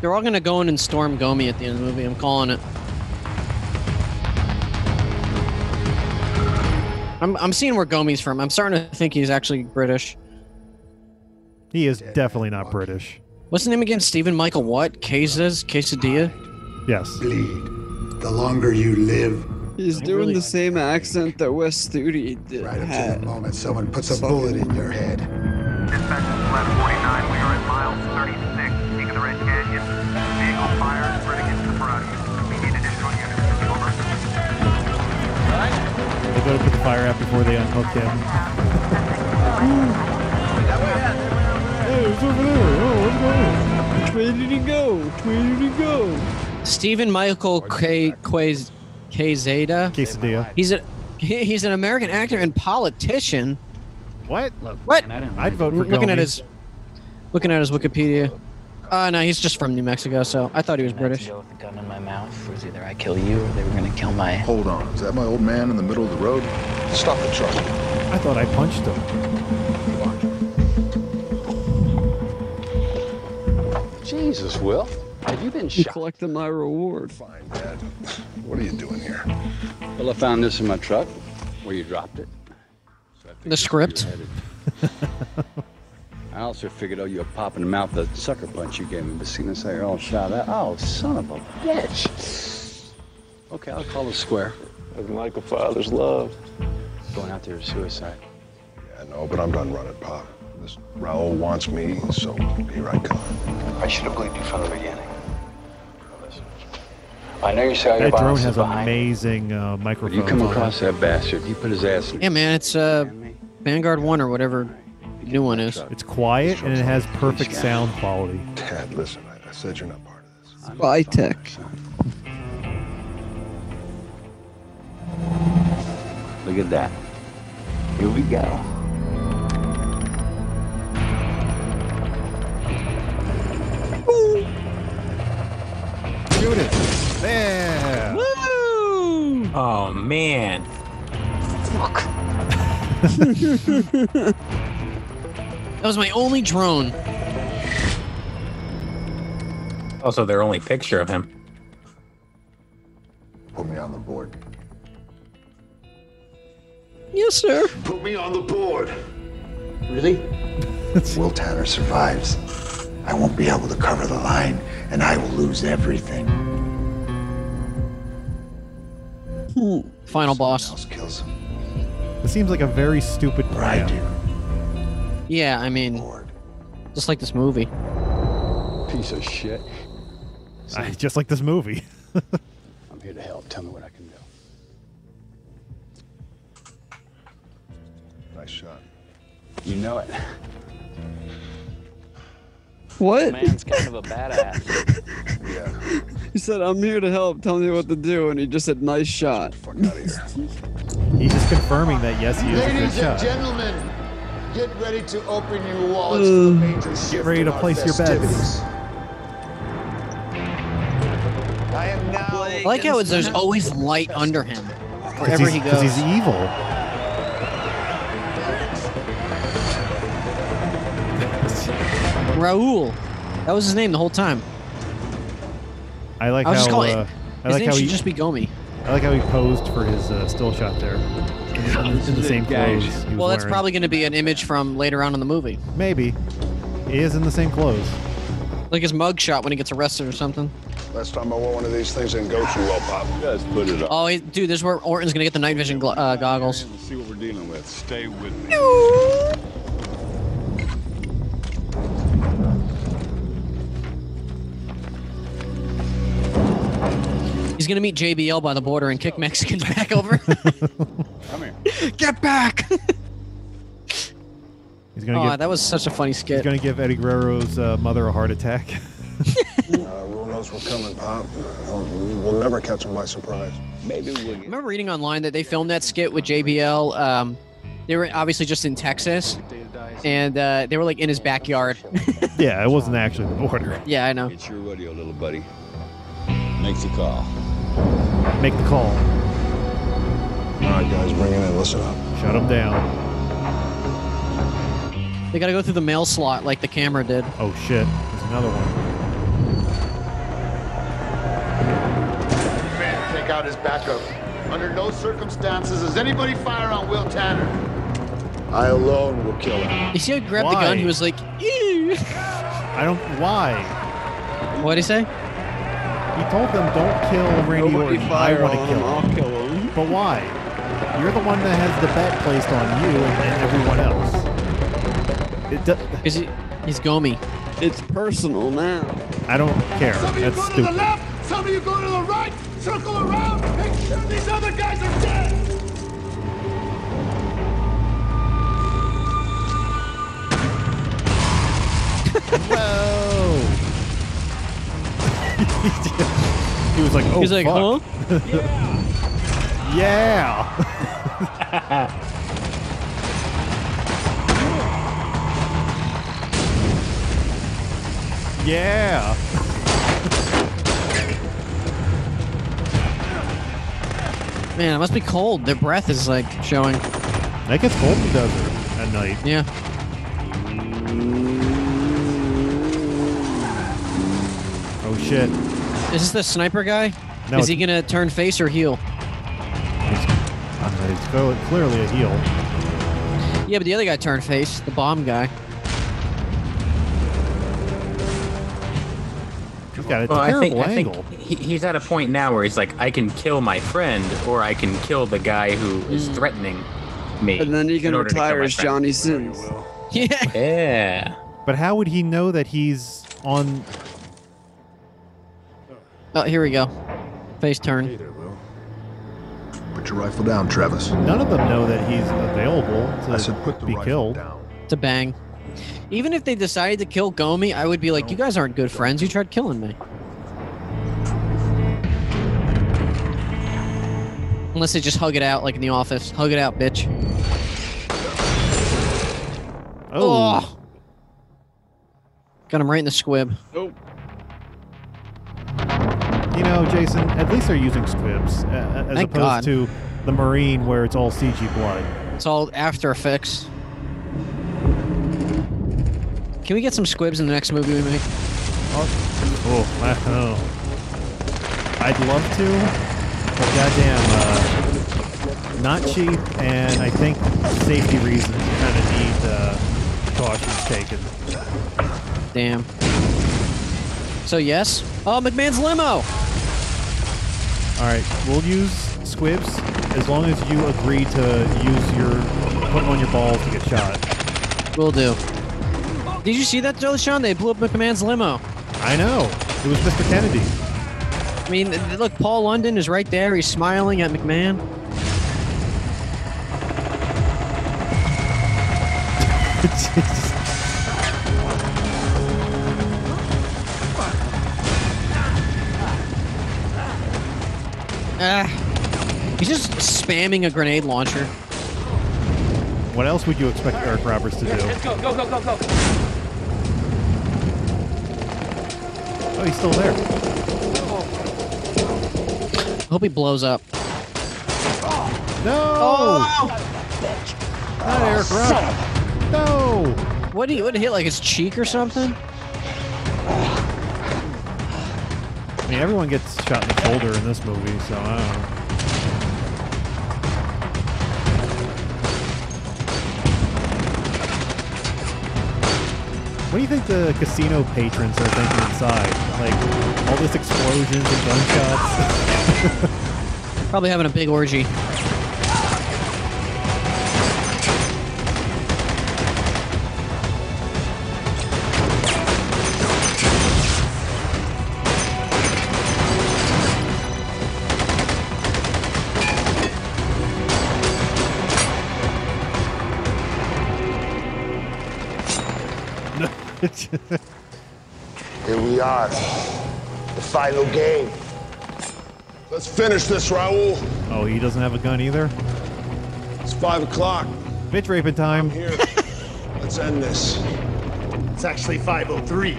Speaker 3: They're all gonna go in and storm Gomi at the end of the movie. I'm calling it. I'm, I'm seeing where Gomi's from. I'm starting to think he's actually British.
Speaker 5: He is definitely not British.
Speaker 3: What's his name again? Stephen Michael what? Quesas? Quesadilla?
Speaker 5: Yes.
Speaker 15: Bleed. The longer you live,
Speaker 6: He's doing the same accent that Wes Studi did.
Speaker 15: right up to
Speaker 6: had.
Speaker 15: the moment someone puts a bullet in your head.
Speaker 13: Dispatch is flat 49. We are at mile 36, peak of the Red Canyon. Vehicle fire spreading into the Parati. We need additional units. Over.
Speaker 5: They go to put the fire out before they unhook him. Hey, it's over there. Oh, what's going on?
Speaker 6: Which way did he go? Which way did he go?
Speaker 3: Stephen Michael Quez- Quez- Quezada?
Speaker 5: Quesadilla.
Speaker 3: He's a he- he's an American actor and politician.
Speaker 5: What?
Speaker 3: What?
Speaker 5: I'd vote for
Speaker 3: looking at
Speaker 5: Gomi.
Speaker 3: his looking at his Wikipedia. Uh, no, he's just from New Mexico, so I thought he was British.
Speaker 11: Go with a gun in my mouth. It was either I kill you or they were gonna kill my.
Speaker 12: Hold on. Is that my old man in the middle of the road? Stop the truck.
Speaker 5: I thought I punched him.
Speaker 6: Jesus, Will. Have you been shot? collecting my reward.
Speaker 12: Fine, Dad. What are you doing here?
Speaker 17: Well, I found this in my truck where you dropped it.
Speaker 3: The script.
Speaker 17: I also figured out you were popping him out the sucker punch you gave him, but seeing as how you're all shot out. Oh, son of a bitch. Okay, I'll call it square.
Speaker 9: Nothing like a father's love.
Speaker 17: Going out there is suicide.
Speaker 12: Yeah, no, but I'm done running, Pop. This Raoul wants me, so here I come.
Speaker 17: I should have believed you from the beginning. I know you saw
Speaker 5: That
Speaker 17: your
Speaker 5: drone
Speaker 17: boss
Speaker 5: has
Speaker 17: is behind.
Speaker 5: amazing uh,
Speaker 17: But
Speaker 5: microphones.
Speaker 17: you come
Speaker 5: on it.
Speaker 17: across that bastard, you put his ass in.
Speaker 3: Yeah, man, it's uh, Vanguard One or whatever new one is.
Speaker 5: It's quiet and it has perfect sound quality.
Speaker 12: Dad, listen, I, I said you're not part
Speaker 6: By tech.
Speaker 17: Look at that. Here we go.
Speaker 5: Shoot it. Yeah.
Speaker 3: Woo!
Speaker 4: Oh man.
Speaker 3: that was my only drone.
Speaker 4: Also, their only picture of him.
Speaker 12: Put me on the board.
Speaker 3: Yes, sir.
Speaker 12: Put me on the board. Really? Will Tanner survives. I won't be able to cover the line, and I will lose everything.
Speaker 5: Hmm.
Speaker 3: Final boss.
Speaker 12: Kills him.
Speaker 5: It seems like a very stupid plan.
Speaker 3: Yeah, I mean, just like this movie.
Speaker 17: Piece of shit.
Speaker 5: I- Just like this movie.
Speaker 17: I'm here to help. Tell me what I can do.
Speaker 12: Nice shot.
Speaker 17: You know it.
Speaker 6: What?
Speaker 11: Man's kind of a badass.
Speaker 12: Yeah.
Speaker 6: He said, I'm here to help. Tell me what to do. And he just said, nice shot.
Speaker 5: He's just confirming that yes, he is a good
Speaker 15: Ladies and
Speaker 5: shot.
Speaker 15: gentlemen, get ready to open your wallets for the major shift.
Speaker 5: Get Mm. ready
Speaker 15: in
Speaker 5: to
Speaker 15: our
Speaker 5: place your
Speaker 15: festivities.
Speaker 5: bets.
Speaker 15: I am now.
Speaker 3: I like how it's, there's always light under him
Speaker 5: Because
Speaker 3: wherever
Speaker 5: he's,
Speaker 3: he
Speaker 5: 'cause
Speaker 3: goes.
Speaker 5: he's evil.
Speaker 3: Raul. That was his name the whole time.
Speaker 5: I like
Speaker 3: I was
Speaker 5: how.
Speaker 3: just calling.
Speaker 5: uh, I
Speaker 3: his
Speaker 5: like
Speaker 3: name
Speaker 5: how
Speaker 3: should
Speaker 5: he
Speaker 3: just be Gomi.
Speaker 5: I like how he posed for his uh, still shot there. In, in- in the same clothes. he was
Speaker 3: Well, that's
Speaker 5: wearing.
Speaker 3: probably going to be an image from later on in the movie,
Speaker 5: maybe. He is in the same clothes.
Speaker 3: like his mug shot when he gets arrested or something.
Speaker 12: Last time I wore one of these things didn't go too well, Pop. You guys put it
Speaker 3: Oh, he, dude, this is where Orton's going to get the night vision gla- uh, goggles.
Speaker 12: See what we're dealing with. Stay with me.
Speaker 3: He's going to meet JBL by the border and kick Mexicans back over.
Speaker 17: Come here.
Speaker 3: get back!
Speaker 5: He's gonna
Speaker 3: Oh,
Speaker 5: give,
Speaker 3: that was such a funny
Speaker 5: he's
Speaker 3: skit.
Speaker 5: gonna give Eddie Guerrero's uh, mother a heart attack.
Speaker 12: Uh, Rule knows we're coming, Pop. Uh, We'll never catch him by surprise.
Speaker 17: Maybe we'll
Speaker 3: I remember reading online that they filmed that skit with JBL. Um, they were obviously just in Texas, and uh, they were like in his backyard.
Speaker 5: yeah, it wasn't actually the border.
Speaker 3: yeah, I know.
Speaker 17: It's your radio, little buddy. Make the call.
Speaker 5: Make the call.
Speaker 12: All right, guys, bring it in. Listen up.
Speaker 5: Shut him down.
Speaker 3: They got to go through the mail slot like the camera did.
Speaker 5: Oh shit! There's another one.
Speaker 15: Man, take out his backup. Under no circumstances does anybody fire on Will Tanner.
Speaker 12: I alone will kill him.
Speaker 3: You see how he grabbed the gun?
Speaker 5: Why?
Speaker 3: He was like, "Ew."
Speaker 5: I don't. Why?
Speaker 3: What'd he say?
Speaker 5: He told them don't kill Randy
Speaker 6: Nobody
Speaker 5: Orton. I
Speaker 6: fire
Speaker 5: want
Speaker 6: on
Speaker 5: to kill
Speaker 6: him.
Speaker 5: him.
Speaker 6: I'll kill him.
Speaker 5: But why? You're the one that has the bet placed on you and then everyone else. It do-
Speaker 3: Is he? He's Gomi.
Speaker 6: It's personal now.
Speaker 5: I don't care.
Speaker 15: Some of you
Speaker 5: That's
Speaker 15: go to the
Speaker 5: stupid.
Speaker 15: left, some of you go to the right, circle around, make sure these other guys are dead.
Speaker 5: Whoa! he was like, oh,
Speaker 3: He's like,
Speaker 5: fuck.
Speaker 3: huh?
Speaker 5: Yeah. Yeah.
Speaker 3: Man, it must be cold. Their breath is like showing.
Speaker 5: That gets cold in the desert at night.
Speaker 3: Yeah.
Speaker 5: Oh shit.
Speaker 3: Is this the sniper guy?
Speaker 5: No,
Speaker 3: is he
Speaker 5: it's-
Speaker 3: gonna turn face or heel?
Speaker 5: I mean, It's clear- clearly a heel.
Speaker 3: Yeah, but the other guy turned face, the bomb guy.
Speaker 5: He's got a
Speaker 4: Well, I think,
Speaker 5: terrible
Speaker 4: I
Speaker 5: angle.
Speaker 4: think he, he's at a point now where he's like, I can kill my friend, or I can kill the guy who is threatening me.
Speaker 6: Mm. And then you
Speaker 4: in
Speaker 6: can
Speaker 4: order to kill
Speaker 6: retire
Speaker 4: my
Speaker 6: as
Speaker 4: friend.
Speaker 6: Johnny Sins.
Speaker 3: Yeah.
Speaker 4: Yeah.
Speaker 5: But how would he know that he's on?
Speaker 3: Oh, here we go. Face turn.
Speaker 15: Put your rifle down, Travis.
Speaker 5: None of them know that he's available to
Speaker 15: I said put the
Speaker 5: be
Speaker 15: rifle
Speaker 5: killed.
Speaker 3: To bang. Even if they decided to kill Gomi, I would be like, you guys aren't good friends. You tried killing me. Unless they just hug it out, like in the office. Hug it out, bitch.
Speaker 5: Oh.
Speaker 3: Got him right in the squib.
Speaker 5: You know, Jason. At least they're using squibs uh, as
Speaker 3: Thank
Speaker 5: opposed
Speaker 3: God.
Speaker 5: to the Marine, where it's all CG blood.
Speaker 3: It's all After Effects. Can we get some squibs in the next movie we make?
Speaker 5: Oh, I don't know. I'd love to, but goddamn, uh, not cheap, and I think safety reasons kind of need uh, cautions taken.
Speaker 3: Damn. So yes. Oh, McMahon's limo.
Speaker 5: All right, we'll use squibs as long as you agree to use your put 'em on your balls to get shot.
Speaker 3: Will do. Did you see that, Joe Sean? They blew up McMahon's limo.
Speaker 5: I know. It was Mr. Kennedy.
Speaker 3: I mean, th- look, Paul London is right there. He's smiling at McMahon. Ah. He's just spamming a grenade launcher.
Speaker 5: What else would you expect Eric Roberts to do?
Speaker 1: Let's go, go, go, go, go.
Speaker 5: Oh, he's still there.
Speaker 3: Hope he blows up.
Speaker 5: No! Not Eric Roberts. No!
Speaker 3: What did he? What did he hit? Like his cheek or something?
Speaker 5: I mean, everyone gets shot in the shoulder in this movie, so I don't know. What do you think the casino patrons are thinking inside? Like, all this explosions and gunshots?
Speaker 3: Probably having a big orgy.
Speaker 12: Here we are. The final game. Let's finish this, Raul.
Speaker 5: oh, he doesn't have a gun either?
Speaker 12: It's five o'clock.
Speaker 5: Bitch raping time.
Speaker 12: Here. Let's end this.
Speaker 15: It's actually 503.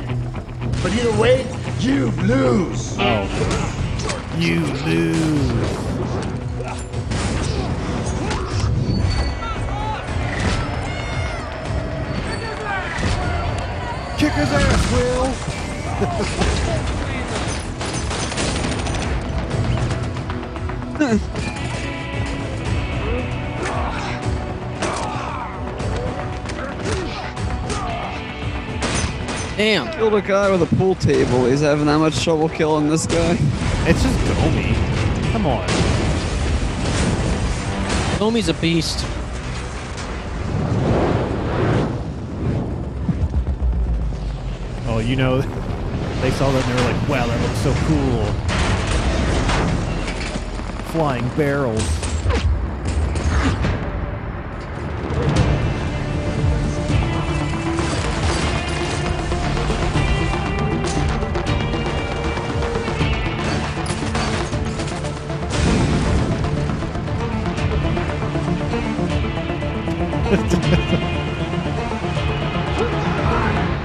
Speaker 15: But either way, you lose.
Speaker 5: Oh. You lose. Kick his ass, Will!
Speaker 3: Damn.
Speaker 6: Killed a guy with a pool table. He's having that much trouble killing this guy.
Speaker 5: It's just Gomi. Come on.
Speaker 3: Gomi's a beast.
Speaker 5: Oh, you know, they saw that and they were like, wow, that looks so cool. Flying barrels.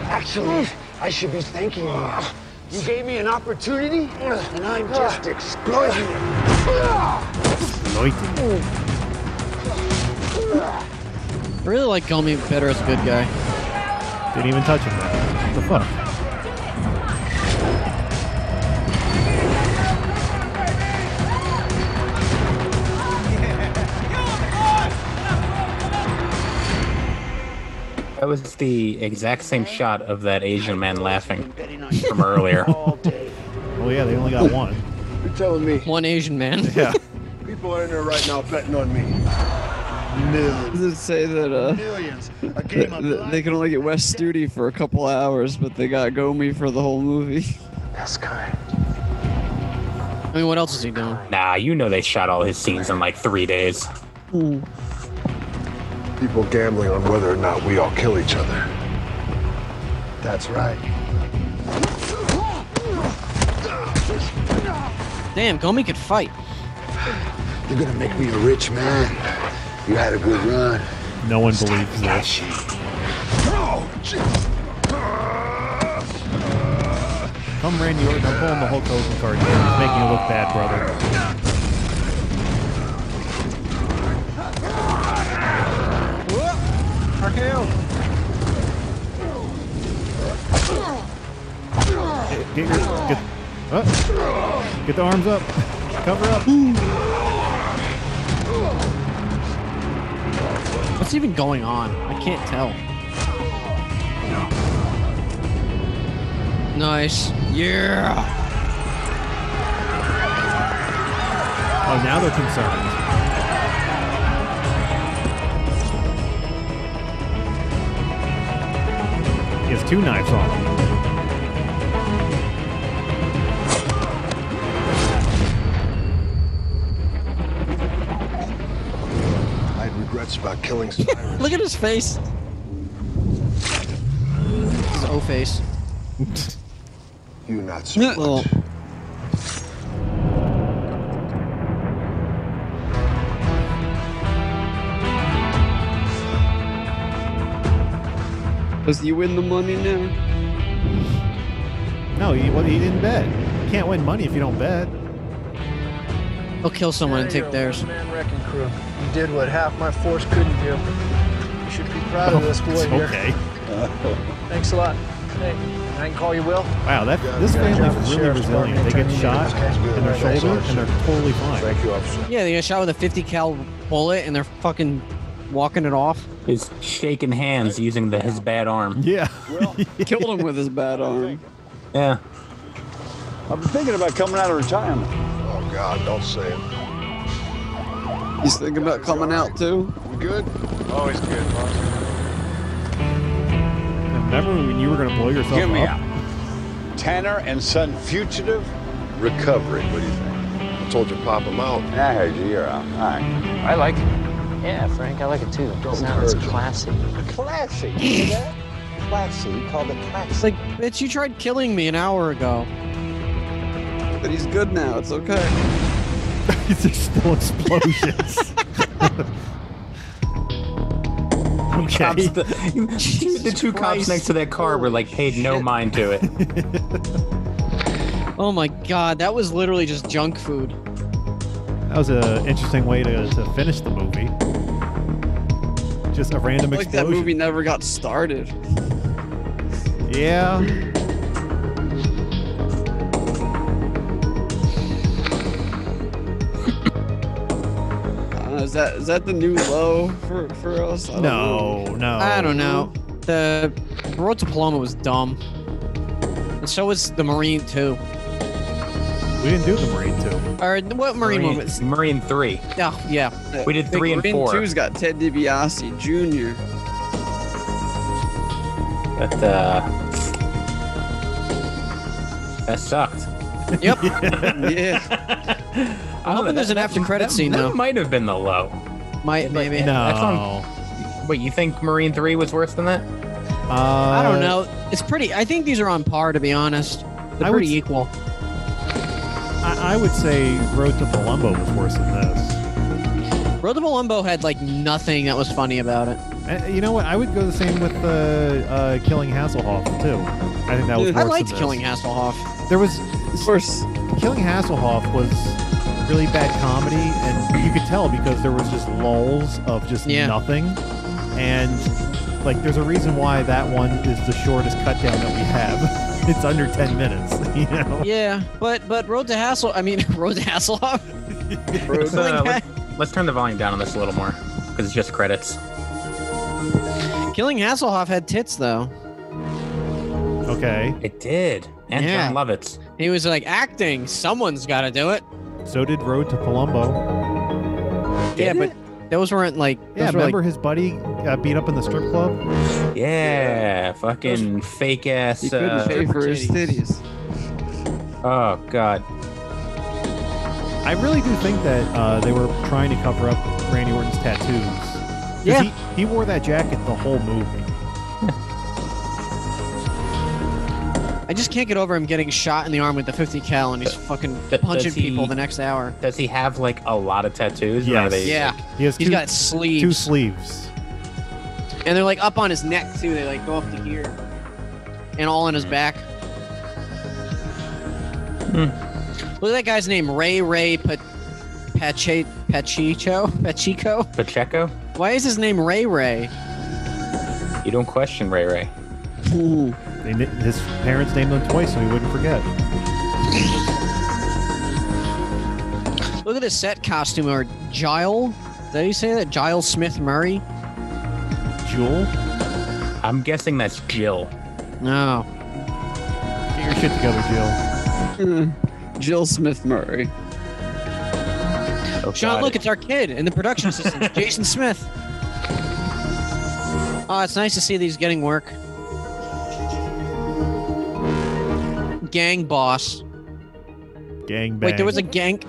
Speaker 15: Actually,
Speaker 22: I should be thanking you. You gave me an opportunity, and I'm
Speaker 18: Ah.
Speaker 22: just exploiting it.
Speaker 3: I really like Gomi better as a good guy.
Speaker 5: Didn't even touch him. What the fuck?
Speaker 4: That was the exact same shot of that Asian man laughing from earlier.
Speaker 5: Oh yeah, they only got one.
Speaker 22: You're telling me
Speaker 3: one Asian man.
Speaker 5: Yeah.
Speaker 22: people are in there right now betting on me. Millions.
Speaker 6: Does it say that uh,
Speaker 22: Millions. A
Speaker 6: th-
Speaker 22: game of
Speaker 6: th- they can only get West Studi for a couple hours, but they got Gomi for the whole movie?
Speaker 22: That's kind.
Speaker 3: I mean, what else is he doing?
Speaker 4: Nah, you know they shot all his scenes in like three days.
Speaker 22: People gambling on whether or not we all kill each other. That's right.
Speaker 3: Damn, Gomi could fight.
Speaker 22: You're gonna make me a rich man. You had a good run.
Speaker 5: No one believes this.
Speaker 22: Oh,
Speaker 5: Come Randy Orton, I'm pulling the Hulk Hogan card here. He's making you look bad, brother. Get, get your get, oh, get the arms up. Cover up. Oh,
Speaker 3: What's even going on? I can't tell. Nice. Yeah.
Speaker 5: Oh, now they're concerned. He has two knives on. him.
Speaker 22: I had regrets about killing Cyrus.
Speaker 3: Look at his face. His O face.
Speaker 22: you not so
Speaker 3: Little-
Speaker 22: much.
Speaker 6: Does you win the money now?
Speaker 5: No, he, well, he didn't bet. You can't win money if you don't bet.
Speaker 3: He'll kill someone and take theirs.
Speaker 18: Man wrecking crew. You did what half my force couldn't do. You should be proud of this boy
Speaker 5: It's
Speaker 18: here.
Speaker 5: okay.
Speaker 18: Thanks a lot. Hey, I can call you Will.
Speaker 5: Wow, that this family's really resilient. They get shot in their shoulder and they're totally fine.
Speaker 22: Thank you, officer.
Speaker 3: Yeah, they got shot with a 50 cal bullet and they're fucking walking it off.
Speaker 4: He's shaking hands using the, his bad arm.
Speaker 5: Yeah.
Speaker 6: Killed him with his bad arm.
Speaker 4: Yeah.
Speaker 17: I've been thinking about coming out of retirement.
Speaker 22: Oh God, don't say it.
Speaker 6: He's thinking about coming out too.
Speaker 22: We good? Always good,
Speaker 5: Remember when you were gonna blow yourself
Speaker 17: Hear me
Speaker 5: up?
Speaker 17: out. Tanner and Son Fugitive Recovery. What do you think?
Speaker 22: I told you, Pop, I'm out.
Speaker 17: I heard you. You're out. All right.
Speaker 11: I like it.
Speaker 8: Yeah, Frank, I like it too.
Speaker 22: Don't
Speaker 8: Sounds
Speaker 22: encourage it.
Speaker 8: classy.
Speaker 17: Classy. You hear that? Classy. Called it
Speaker 3: It's
Speaker 17: classy.
Speaker 3: like, bitch, you tried killing me an hour ago.
Speaker 6: But he's good now. It's okay.
Speaker 5: It's just still explosions.
Speaker 4: Cops,
Speaker 5: okay.
Speaker 4: the, the two cops next to that car were like paid no mind to it.
Speaker 3: Oh my god, that was literally just junk food.
Speaker 5: That was an interesting way to, to finish the movie. Just a random
Speaker 6: Like that
Speaker 5: explosion.
Speaker 6: movie never got started.
Speaker 5: Yeah.
Speaker 6: Uh, is that is that the new low for, for us? I don't know.
Speaker 5: No, no.
Speaker 3: I don't know. The Road to Paloma was dumb. And so was the Marine too.
Speaker 5: We didn't do the Marine 2.
Speaker 3: Or what Marine, one was?
Speaker 4: Marine 3.
Speaker 3: Oh, yeah.
Speaker 4: We did
Speaker 6: Big
Speaker 4: 3 and
Speaker 6: Green
Speaker 4: 4.
Speaker 6: Two's got Ted DiBiase Jr.
Speaker 4: But, uh, that sucked.
Speaker 3: Yep.
Speaker 6: Yeah,
Speaker 3: I'm hoping there's an after credit scene
Speaker 4: that
Speaker 3: though.
Speaker 4: might have been the low.
Speaker 3: Might maybe.
Speaker 4: That's
Speaker 5: No.
Speaker 4: on- Wait, you think Marine 3 was worse than that?
Speaker 5: Uh,
Speaker 3: I don't know. It's pretty. I think these are on par to be honest. They're
Speaker 5: I would
Speaker 3: pretty
Speaker 5: s-
Speaker 3: equal.
Speaker 5: I, I would say Road to Palumbo was worse than this.
Speaker 3: Road to Palumbo had like nothing that was funny about it.
Speaker 5: Eh, Uh, you know what? I would go the same with uh, uh, Killing Hasselhoff, too. I think that was.
Speaker 3: I
Speaker 5: worse
Speaker 3: liked
Speaker 5: than this.
Speaker 3: Killing Hasselhoff.
Speaker 5: There was, of course, Killing Hasselhoff was really bad comedy, and you could tell because there was just lulls of just
Speaker 3: Yeah.
Speaker 5: nothing, and like there's a reason why that one is the shortest cut down that we have. It's under ten minutes, you know.
Speaker 3: Yeah, but but Road to Hassel. I mean, Road to Hasselhoff.
Speaker 4: Let's, uh,
Speaker 3: Killing,
Speaker 4: let's, let's turn the volume down on this a little more because it's just credits.
Speaker 3: Killing Hasselhoff had tits though.
Speaker 5: Okay.
Speaker 4: It did. And
Speaker 3: Yeah.
Speaker 4: John Lovitz.
Speaker 3: He was like acting. Someone's got to do it.
Speaker 5: So did Road to Palumbo.
Speaker 3: yeah, but those weren't like.
Speaker 5: Yeah,
Speaker 3: those were, like-
Speaker 5: remember his buddy got beat up in the strip club?
Speaker 4: Yeah, fucking fake ass.
Speaker 6: He couldn't
Speaker 4: uh,
Speaker 6: pay for his titties.
Speaker 4: Oh God.
Speaker 5: I really do think that uh, they were trying to cover up Randy Orton's tattoos. 'Cause
Speaker 3: Yeah.
Speaker 5: He, he wore that jacket the whole movie.
Speaker 3: I just can't get over him getting shot in the arm with the 50 cal, and he's fucking
Speaker 4: Th-
Speaker 3: punching
Speaker 4: does he-
Speaker 3: people the next hour.
Speaker 4: Does he have like a lot of tattoos? Or are they,
Speaker 3: Yeah.
Speaker 5: He has
Speaker 3: He's
Speaker 5: two,
Speaker 3: got sleeves.
Speaker 5: two sleeves.
Speaker 3: And they're like up on his neck too. They like go up to here, and all on his back. Look at that guy's name, Ray Ray pa- Pache- Pachicho Pachico.
Speaker 4: Pacheco?
Speaker 3: Why is his name Ray Ray?
Speaker 4: You don't question Ray Ray.
Speaker 5: They, ni- his parents named him twice so he wouldn't forget.
Speaker 3: Look at his set costume or Gile. Did you say that Gile Smith Murray?
Speaker 5: Jewel?
Speaker 4: I'm guessing that's Jill.
Speaker 3: No.
Speaker 5: Get your shit together, Jill.
Speaker 6: Jill Smith Murray.
Speaker 4: Oh,
Speaker 3: Sean,
Speaker 6: God.
Speaker 3: look, it's our kid in the production system, Jason Smith. Oh, it's nice to see these getting work. Gang boss.
Speaker 5: Gang bang.
Speaker 3: Wait, there was a gang,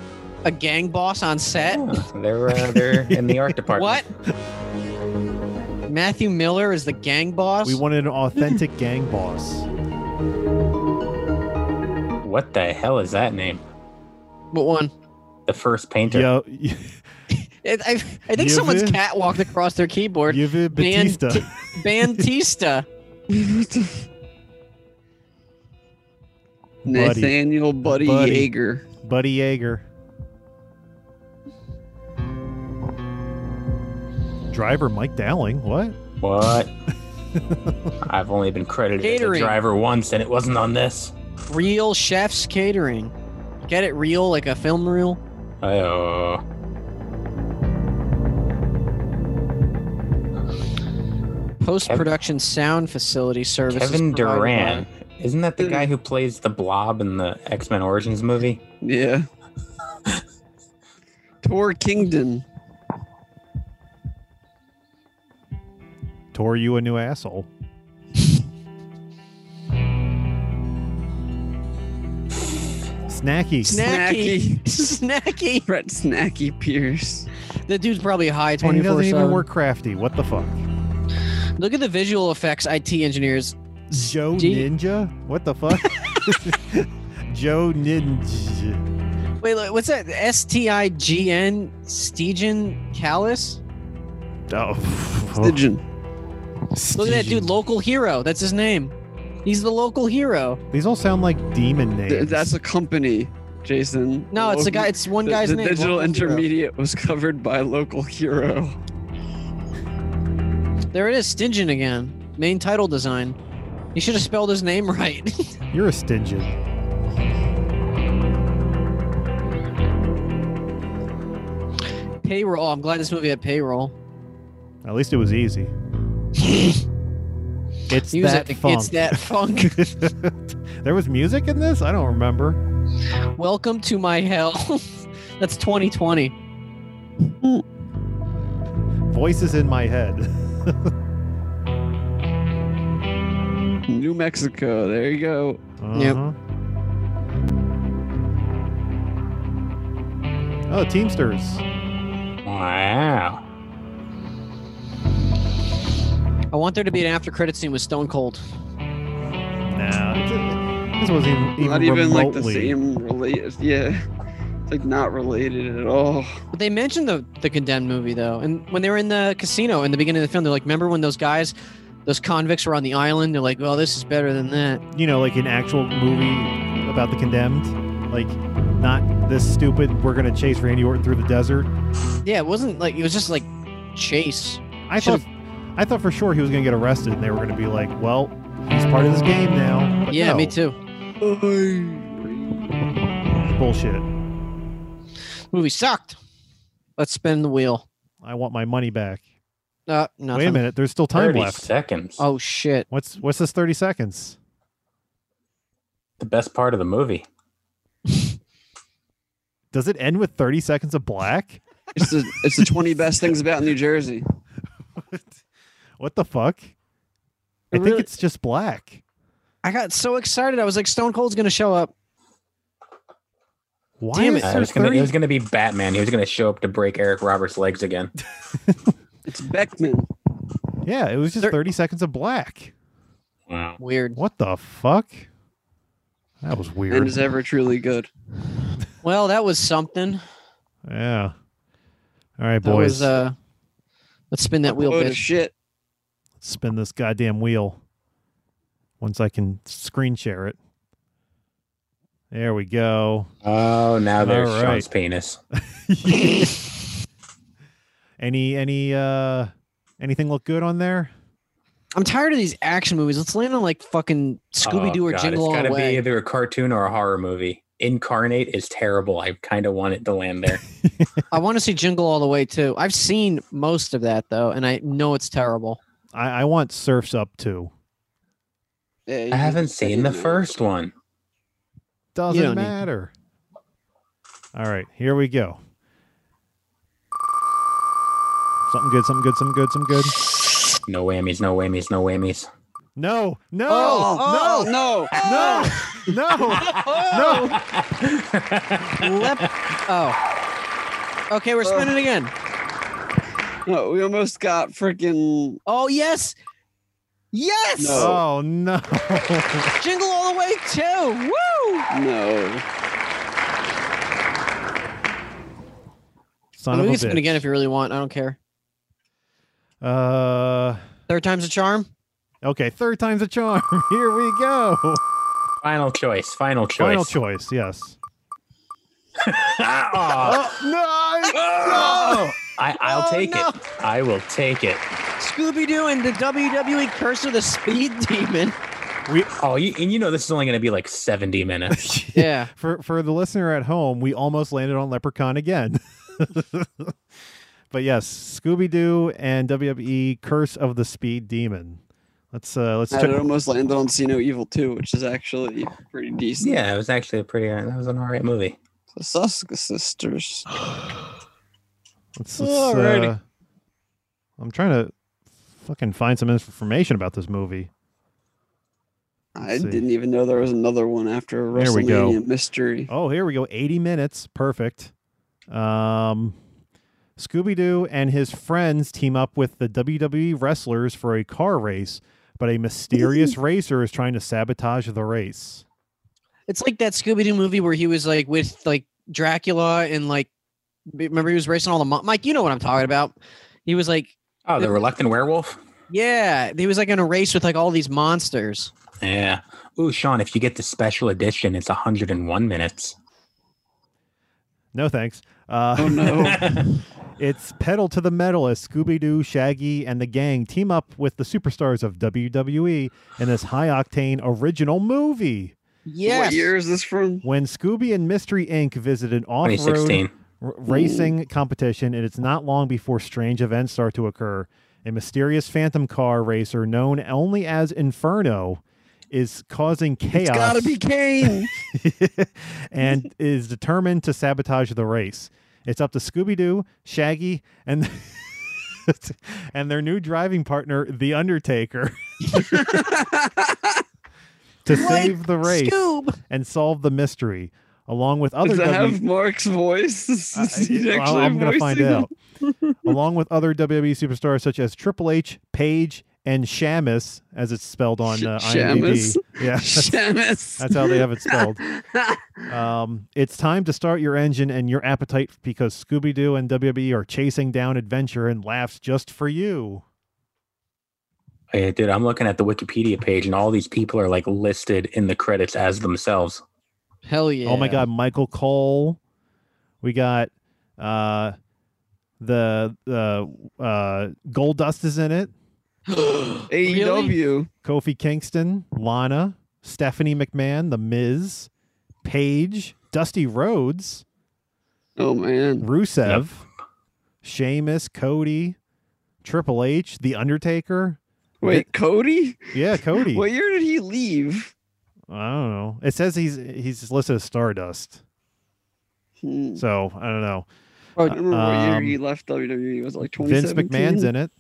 Speaker 3: a gang boss on set.
Speaker 4: They're uh, they're in the art department.
Speaker 3: What? Matthew Miller is the gang boss.
Speaker 5: We wanted an authentic gang boss.
Speaker 4: What the hell is that name?
Speaker 3: What one?
Speaker 4: The first painter.
Speaker 5: Yo,
Speaker 3: I, I, I think someone's
Speaker 5: Yuvi-
Speaker 3: cat walked across their keyboard.
Speaker 5: Yuvi Batista.
Speaker 3: Bantista.
Speaker 6: Nathaniel Buddy,
Speaker 5: Buddy.
Speaker 6: Yeager.
Speaker 5: Buddy Yeager. Driver Mike Dowling. What?
Speaker 4: What? I've only been credited as
Speaker 3: Catering.
Speaker 4: a driver once, and it wasn't on this.
Speaker 3: Real chefs catering. Get it real, like a film reel.
Speaker 4: Oh.
Speaker 3: Post production sound facility services.
Speaker 4: Kevin
Speaker 3: provided
Speaker 4: Duran.
Speaker 3: by-
Speaker 4: Isn't that the guy who plays the Blob in the X Men Origins movie?
Speaker 6: Yeah. Tor Kingdon.
Speaker 5: Tore you a new asshole. Snacky.
Speaker 3: Snacky. Snacky.
Speaker 6: Brett Snacky Pierce.
Speaker 3: The dude's probably high
Speaker 5: And he
Speaker 3: twenty four
Speaker 5: doesn't even work
Speaker 3: seven.
Speaker 5: crafty. What the fuck?
Speaker 3: Look at the visual effects IT engineers.
Speaker 5: Joe
Speaker 3: Gee.
Speaker 5: Ninja? What the fuck? Joe Ninja.
Speaker 3: Wait, look, what's that? S T I G N Stegen Callus.
Speaker 5: Oh.
Speaker 6: Pigeon.
Speaker 3: Look at that dude, local hero. That's his name. He's the local hero.
Speaker 5: These all sound like demon names.
Speaker 6: Th- that's a company, Jason.
Speaker 3: No, it's a guy. It's one guy's
Speaker 6: the, the
Speaker 3: name.
Speaker 6: digital
Speaker 3: Local Hero.
Speaker 6: intermediate was covered by local hero.
Speaker 3: There it is, Stingen again. Main title design. He should have spelled his name right.
Speaker 5: You're a stingy.
Speaker 3: payroll. Oh, I'm glad this movie had payroll.
Speaker 5: At least it was easy. it's
Speaker 3: Use
Speaker 5: that
Speaker 3: it.
Speaker 5: funk.
Speaker 3: It's that funk.
Speaker 5: there was music in this? I don't remember.
Speaker 3: Welcome to my hell. That's 2020.
Speaker 5: Voices in my head.
Speaker 6: New Mexico. There you go.
Speaker 3: Yep.
Speaker 5: Uh-huh. Oh, Teamsters.
Speaker 4: Wow.
Speaker 3: I want there to be an after credit scene with Stone Cold.
Speaker 5: Nah, it's- this wasn't even, even
Speaker 6: not even like the
Speaker 5: remotely-
Speaker 6: same related. Yeah, it's like not related at all.
Speaker 3: But they mentioned the the condemned movie though, and when they were in the casino in the beginning of the film, they're like, "Remember when those guys those convicts were on the island. They're like, well, this is better than that.
Speaker 5: You know, like an actual movie about the condemned, like not this stupid. We're gonna chase Randy Orton through the desert.
Speaker 3: Yeah, it wasn't like it was just like chase.
Speaker 5: I thought, I thought for sure he was gonna get arrested, and they were gonna be like, well, he's part of this game now. But
Speaker 3: yeah,
Speaker 5: no.
Speaker 3: me too.
Speaker 5: Bullshit.
Speaker 3: Movie sucked. Let's spin the wheel.
Speaker 5: I want my money back.
Speaker 3: Uh, nothing.
Speaker 5: Wait a minute. There's still time
Speaker 4: 30
Speaker 5: left.
Speaker 4: seconds.
Speaker 3: Oh shit.
Speaker 5: What's what's this 30 seconds?
Speaker 4: The best part of the movie.
Speaker 5: Does it end with 30 seconds of black?
Speaker 6: It's the it's the twenty best things about New Jersey.
Speaker 5: What the fuck? I think it's just black.
Speaker 3: I got so excited. I was like, Stone Cold's gonna show up.
Speaker 5: Why
Speaker 3: Damn
Speaker 5: is
Speaker 3: it.
Speaker 4: Uh,
Speaker 5: there
Speaker 4: it, was gonna,
Speaker 5: 30
Speaker 4: it was gonna be Batman. He was gonna show up to break Eric Roberts' legs again.
Speaker 6: It's Beckman.
Speaker 5: Yeah, it was just 30 seconds of black.
Speaker 4: Wow.
Speaker 3: Weird.
Speaker 5: What the fuck? That was
Speaker 6: And
Speaker 5: weird.
Speaker 6: is ever truly good.
Speaker 3: Well, that was something.
Speaker 5: Yeah. All right,
Speaker 3: That
Speaker 5: boys.
Speaker 3: was uh let's spin that wheel
Speaker 6: Load of
Speaker 3: bitch.
Speaker 6: Oh, shit.
Speaker 5: Spin this goddamn wheel. Once I can screen share it. There we go.
Speaker 4: Oh, now there's
Speaker 5: All
Speaker 4: Sean's
Speaker 5: right.
Speaker 4: penis.
Speaker 5: Any any uh anything look good on there?
Speaker 3: I'm tired of these action movies. Let's land on like fucking Scooby Doo
Speaker 4: Oh,
Speaker 3: or
Speaker 4: God,
Speaker 3: Jingle
Speaker 4: It's
Speaker 3: All
Speaker 4: gotta
Speaker 3: the
Speaker 4: be
Speaker 3: Way.
Speaker 4: either a cartoon or a horror movie. Incarnate is terrible. I kind of want it to land there.
Speaker 3: I want to see Jingle All the Way too. I've seen most of that though, and I know it's terrible.
Speaker 5: I, I want Surfs Up too.
Speaker 6: Yeah, you
Speaker 4: I haven't
Speaker 6: can-
Speaker 4: seen the first one.
Speaker 3: You
Speaker 5: Doesn't
Speaker 3: don't need to.
Speaker 5: matter. All right, here we go. Something good, something good, something good, something good.
Speaker 4: No whammies, no whammies, no whammies.
Speaker 5: No, no,
Speaker 6: Oh, no,
Speaker 5: no,
Speaker 6: no.
Speaker 5: no, no,
Speaker 3: Lep- oh. Okay, we're spinning again.
Speaker 6: No, we almost got freaking
Speaker 3: Oh yes. Yes.
Speaker 6: No.
Speaker 5: Oh no.
Speaker 3: Jingle all the way too. Woo!
Speaker 6: no.
Speaker 5: Son of a
Speaker 3: we can spin
Speaker 5: bitch.
Speaker 3: again if you really want. I don't care.
Speaker 5: Uh
Speaker 3: Third time's a charm.
Speaker 5: okay, third time's a charm. Here we go.
Speaker 4: Final choice, final choice.
Speaker 5: Final choice, yes.
Speaker 4: Ah,
Speaker 5: Oh, no, no.
Speaker 4: I, I'll
Speaker 3: Oh,
Speaker 4: take
Speaker 3: no.
Speaker 4: it. I will take it.
Speaker 3: Scooby Doo and the WWE Curse of the Speed Demon.
Speaker 5: We
Speaker 4: Oh, you, and you know this is only going to be like 70 minutes.
Speaker 3: Yeah.
Speaker 5: for for the listener at home, we almost landed on Leprechaun again. but yes, Scooby Doo and WWE Curse of the Speed Demon. Let's uh let's
Speaker 6: I
Speaker 5: check.
Speaker 6: almost landed on See No Evil too, which is actually pretty decent.
Speaker 4: yeah, it was actually a pretty, uh, that was an all right movie.
Speaker 6: The Suska sisters.
Speaker 5: Let's, let's,
Speaker 3: Alrighty.
Speaker 5: uh, I'm trying to fucking find some information about this movie.
Speaker 6: I
Speaker 5: Let's see.
Speaker 6: didn't even know there was another one after
Speaker 5: There we go.
Speaker 6: WrestleMania mystery.
Speaker 5: Oh, here we go. 80 minutes. Perfect. Um, Scooby Doo and his friends team up with the WWE wrestlers for a car race, but a mysterious racer is trying to sabotage the race.
Speaker 3: It's like that Scooby Doo movie where he was like with like Dracula and like b- remember he was racing all the mon- Mike, you know what I'm talking about. He was like
Speaker 4: Oh, The Reluctant Werewolf?
Speaker 3: yeah, he was like in a race with like all these monsters.
Speaker 4: Yeah. Ooh, Sean, if you get the special edition, it's 101 minutes.
Speaker 5: No thanks. Uh,
Speaker 6: Oh no.
Speaker 5: It's pedal to the metal as Scooby Doo, Shaggy, and the gang team up with the superstars of WWE in this high octane original movie.
Speaker 6: What
Speaker 3: Yes.
Speaker 6: year is this from?
Speaker 5: When Scooby and Mystery Inc. visit an off
Speaker 4: 2016.
Speaker 5: road racing competition, and it's not long before strange events start to occur. A mysterious phantom car racer known only as Inferno is causing chaos
Speaker 6: It's gotta be Kane.
Speaker 5: and is determined to sabotage the race. It's up to Scooby Doo, Shaggy, and and their new driving partner, The Undertaker, to save the race
Speaker 3: Scoob.
Speaker 5: and solve the mystery, along with other.
Speaker 6: Does it
Speaker 5: W-
Speaker 6: have Mark's voice?
Speaker 5: I-
Speaker 6: Is he
Speaker 5: I-
Speaker 6: actually
Speaker 5: I'm gonna find
Speaker 6: voicing
Speaker 5: out. along with other WWE superstars such as Triple H, Page, and Shamus, as it's spelled on
Speaker 6: Sh-
Speaker 5: uh, IMDb.
Speaker 6: Shamus?
Speaker 5: Yeah,
Speaker 6: Shamus.
Speaker 5: that's how they have it spelled. Um, it's time to start your engine and your appetite because Scooby Doo E and WWE are chasing down adventure and laughs just for you.
Speaker 4: Yeah, dude, I'm looking at the Wikipedia page, and all these people are like listed in the credits as themselves.
Speaker 3: Hell yeah!
Speaker 5: Oh my God, Michael Cole. We got uh, the the uh, Gold Dust is in it.
Speaker 6: E AEW.
Speaker 5: Kofi Kingston, Lana, Stephanie McMahon, The Miz, Paige, Dusty Rhodes.
Speaker 6: Oh man,
Speaker 5: Rusev, Sheamus, Cody, Triple H, The Undertaker.
Speaker 6: Wait, Cody?
Speaker 5: Yeah, Cody.
Speaker 6: What year did he leave?
Speaker 5: I don't know. It says he's he's listed as Stardust.
Speaker 6: Hmm.
Speaker 5: So I don't know.
Speaker 6: Oh, I remember what year
Speaker 5: Um,
Speaker 6: he left WWE. It was like
Speaker 5: Vince
Speaker 6: 2017.
Speaker 5: McMahon's in it.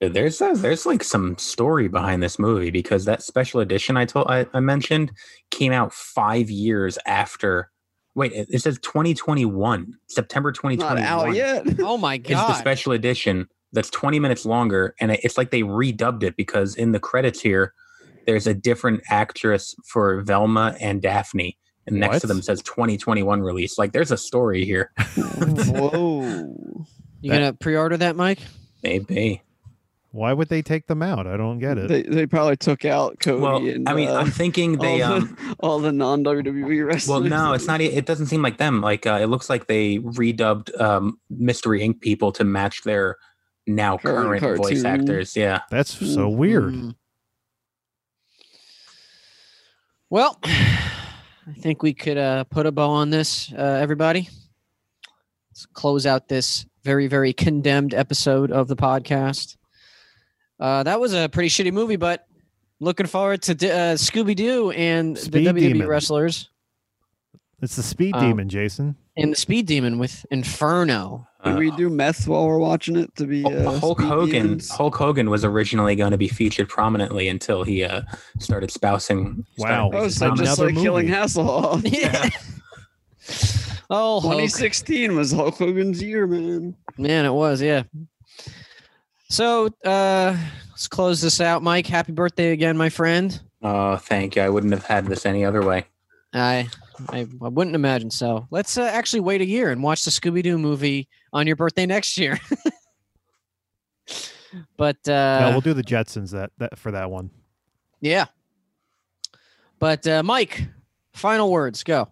Speaker 4: Dude, There's a, there's like some story behind this movie because that special edition I told I, I mentioned came out five years after. Wait, it, it says 2021, September 2021.
Speaker 6: Not out yet.
Speaker 3: Oh my
Speaker 4: It's the
Speaker 3: god!
Speaker 4: special edition that's 20 minutes longer, and it- it's like they redubbed it because in the credits here, there's a different actress for Velma and Daphne, and next to
Speaker 5: What?
Speaker 4: them says 2021 release. Like, there's a story here.
Speaker 6: Whoa.
Speaker 3: You gonna pre-order that, Mike?
Speaker 4: Maybe.
Speaker 5: Why would they take them out? I don't get it.
Speaker 6: They, they probably took out Cody.
Speaker 4: Well,
Speaker 6: and,
Speaker 4: I mean,
Speaker 6: uh,
Speaker 4: I'm thinking they
Speaker 6: all, the-
Speaker 4: um,
Speaker 6: all the non WWE wrestlers.
Speaker 4: Well, no, it's not. e- It doesn't seem like them. Like uh, it looks like they redubbed um, Mystery Inc. people to match their now
Speaker 6: Current
Speaker 4: current, voice
Speaker 6: cartoon.
Speaker 4: actors. Yeah,
Speaker 5: That's so weird.
Speaker 3: Mm-hmm. Mm. Well, I think we could uh, put a bow on this, uh, everybody. Let's close out this very, very condemned episode of the podcast. Uh, that was a pretty shitty movie, but looking forward to di- uh, Scooby Doo and
Speaker 5: Speed
Speaker 3: the WWE
Speaker 5: Demon.
Speaker 3: wrestlers
Speaker 5: It's the Speed
Speaker 3: Um,
Speaker 5: Demon, Jason.
Speaker 3: and the Speed Demon with Inferno.
Speaker 4: Uh,
Speaker 6: Did we do meth while we're watching it to be uh,
Speaker 4: Hulk
Speaker 6: speed
Speaker 4: Hogan.
Speaker 6: demons?
Speaker 4: Hulk Hogan was originally going to be featured prominently until he uh, started spousing.
Speaker 5: Wow.
Speaker 6: Oh,
Speaker 4: started
Speaker 6: so
Speaker 4: making
Speaker 6: just
Speaker 4: comments.
Speaker 6: like killing Hasselhoff.
Speaker 3: Yeah. oh, Hulk.
Speaker 6: 2016 was Hulk Hogan's year, man.
Speaker 3: Man, it was, yeah. So uh let's close this out, Mike. Happy birthday again, my friend.
Speaker 4: Oh, thank you. I wouldn't have had this any other way.
Speaker 3: I I, I wouldn't imagine so. Let's uh, actually wait a year and watch the Scooby Doo movie on your birthday next year. but uh,
Speaker 5: no, we'll do the Jetsons that, that for that one.
Speaker 3: yeah. But uh, Mike, final words. Go.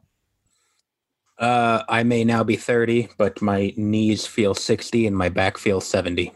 Speaker 4: Uh, I may now be 30, but my knees feel 60 and my back feels 70.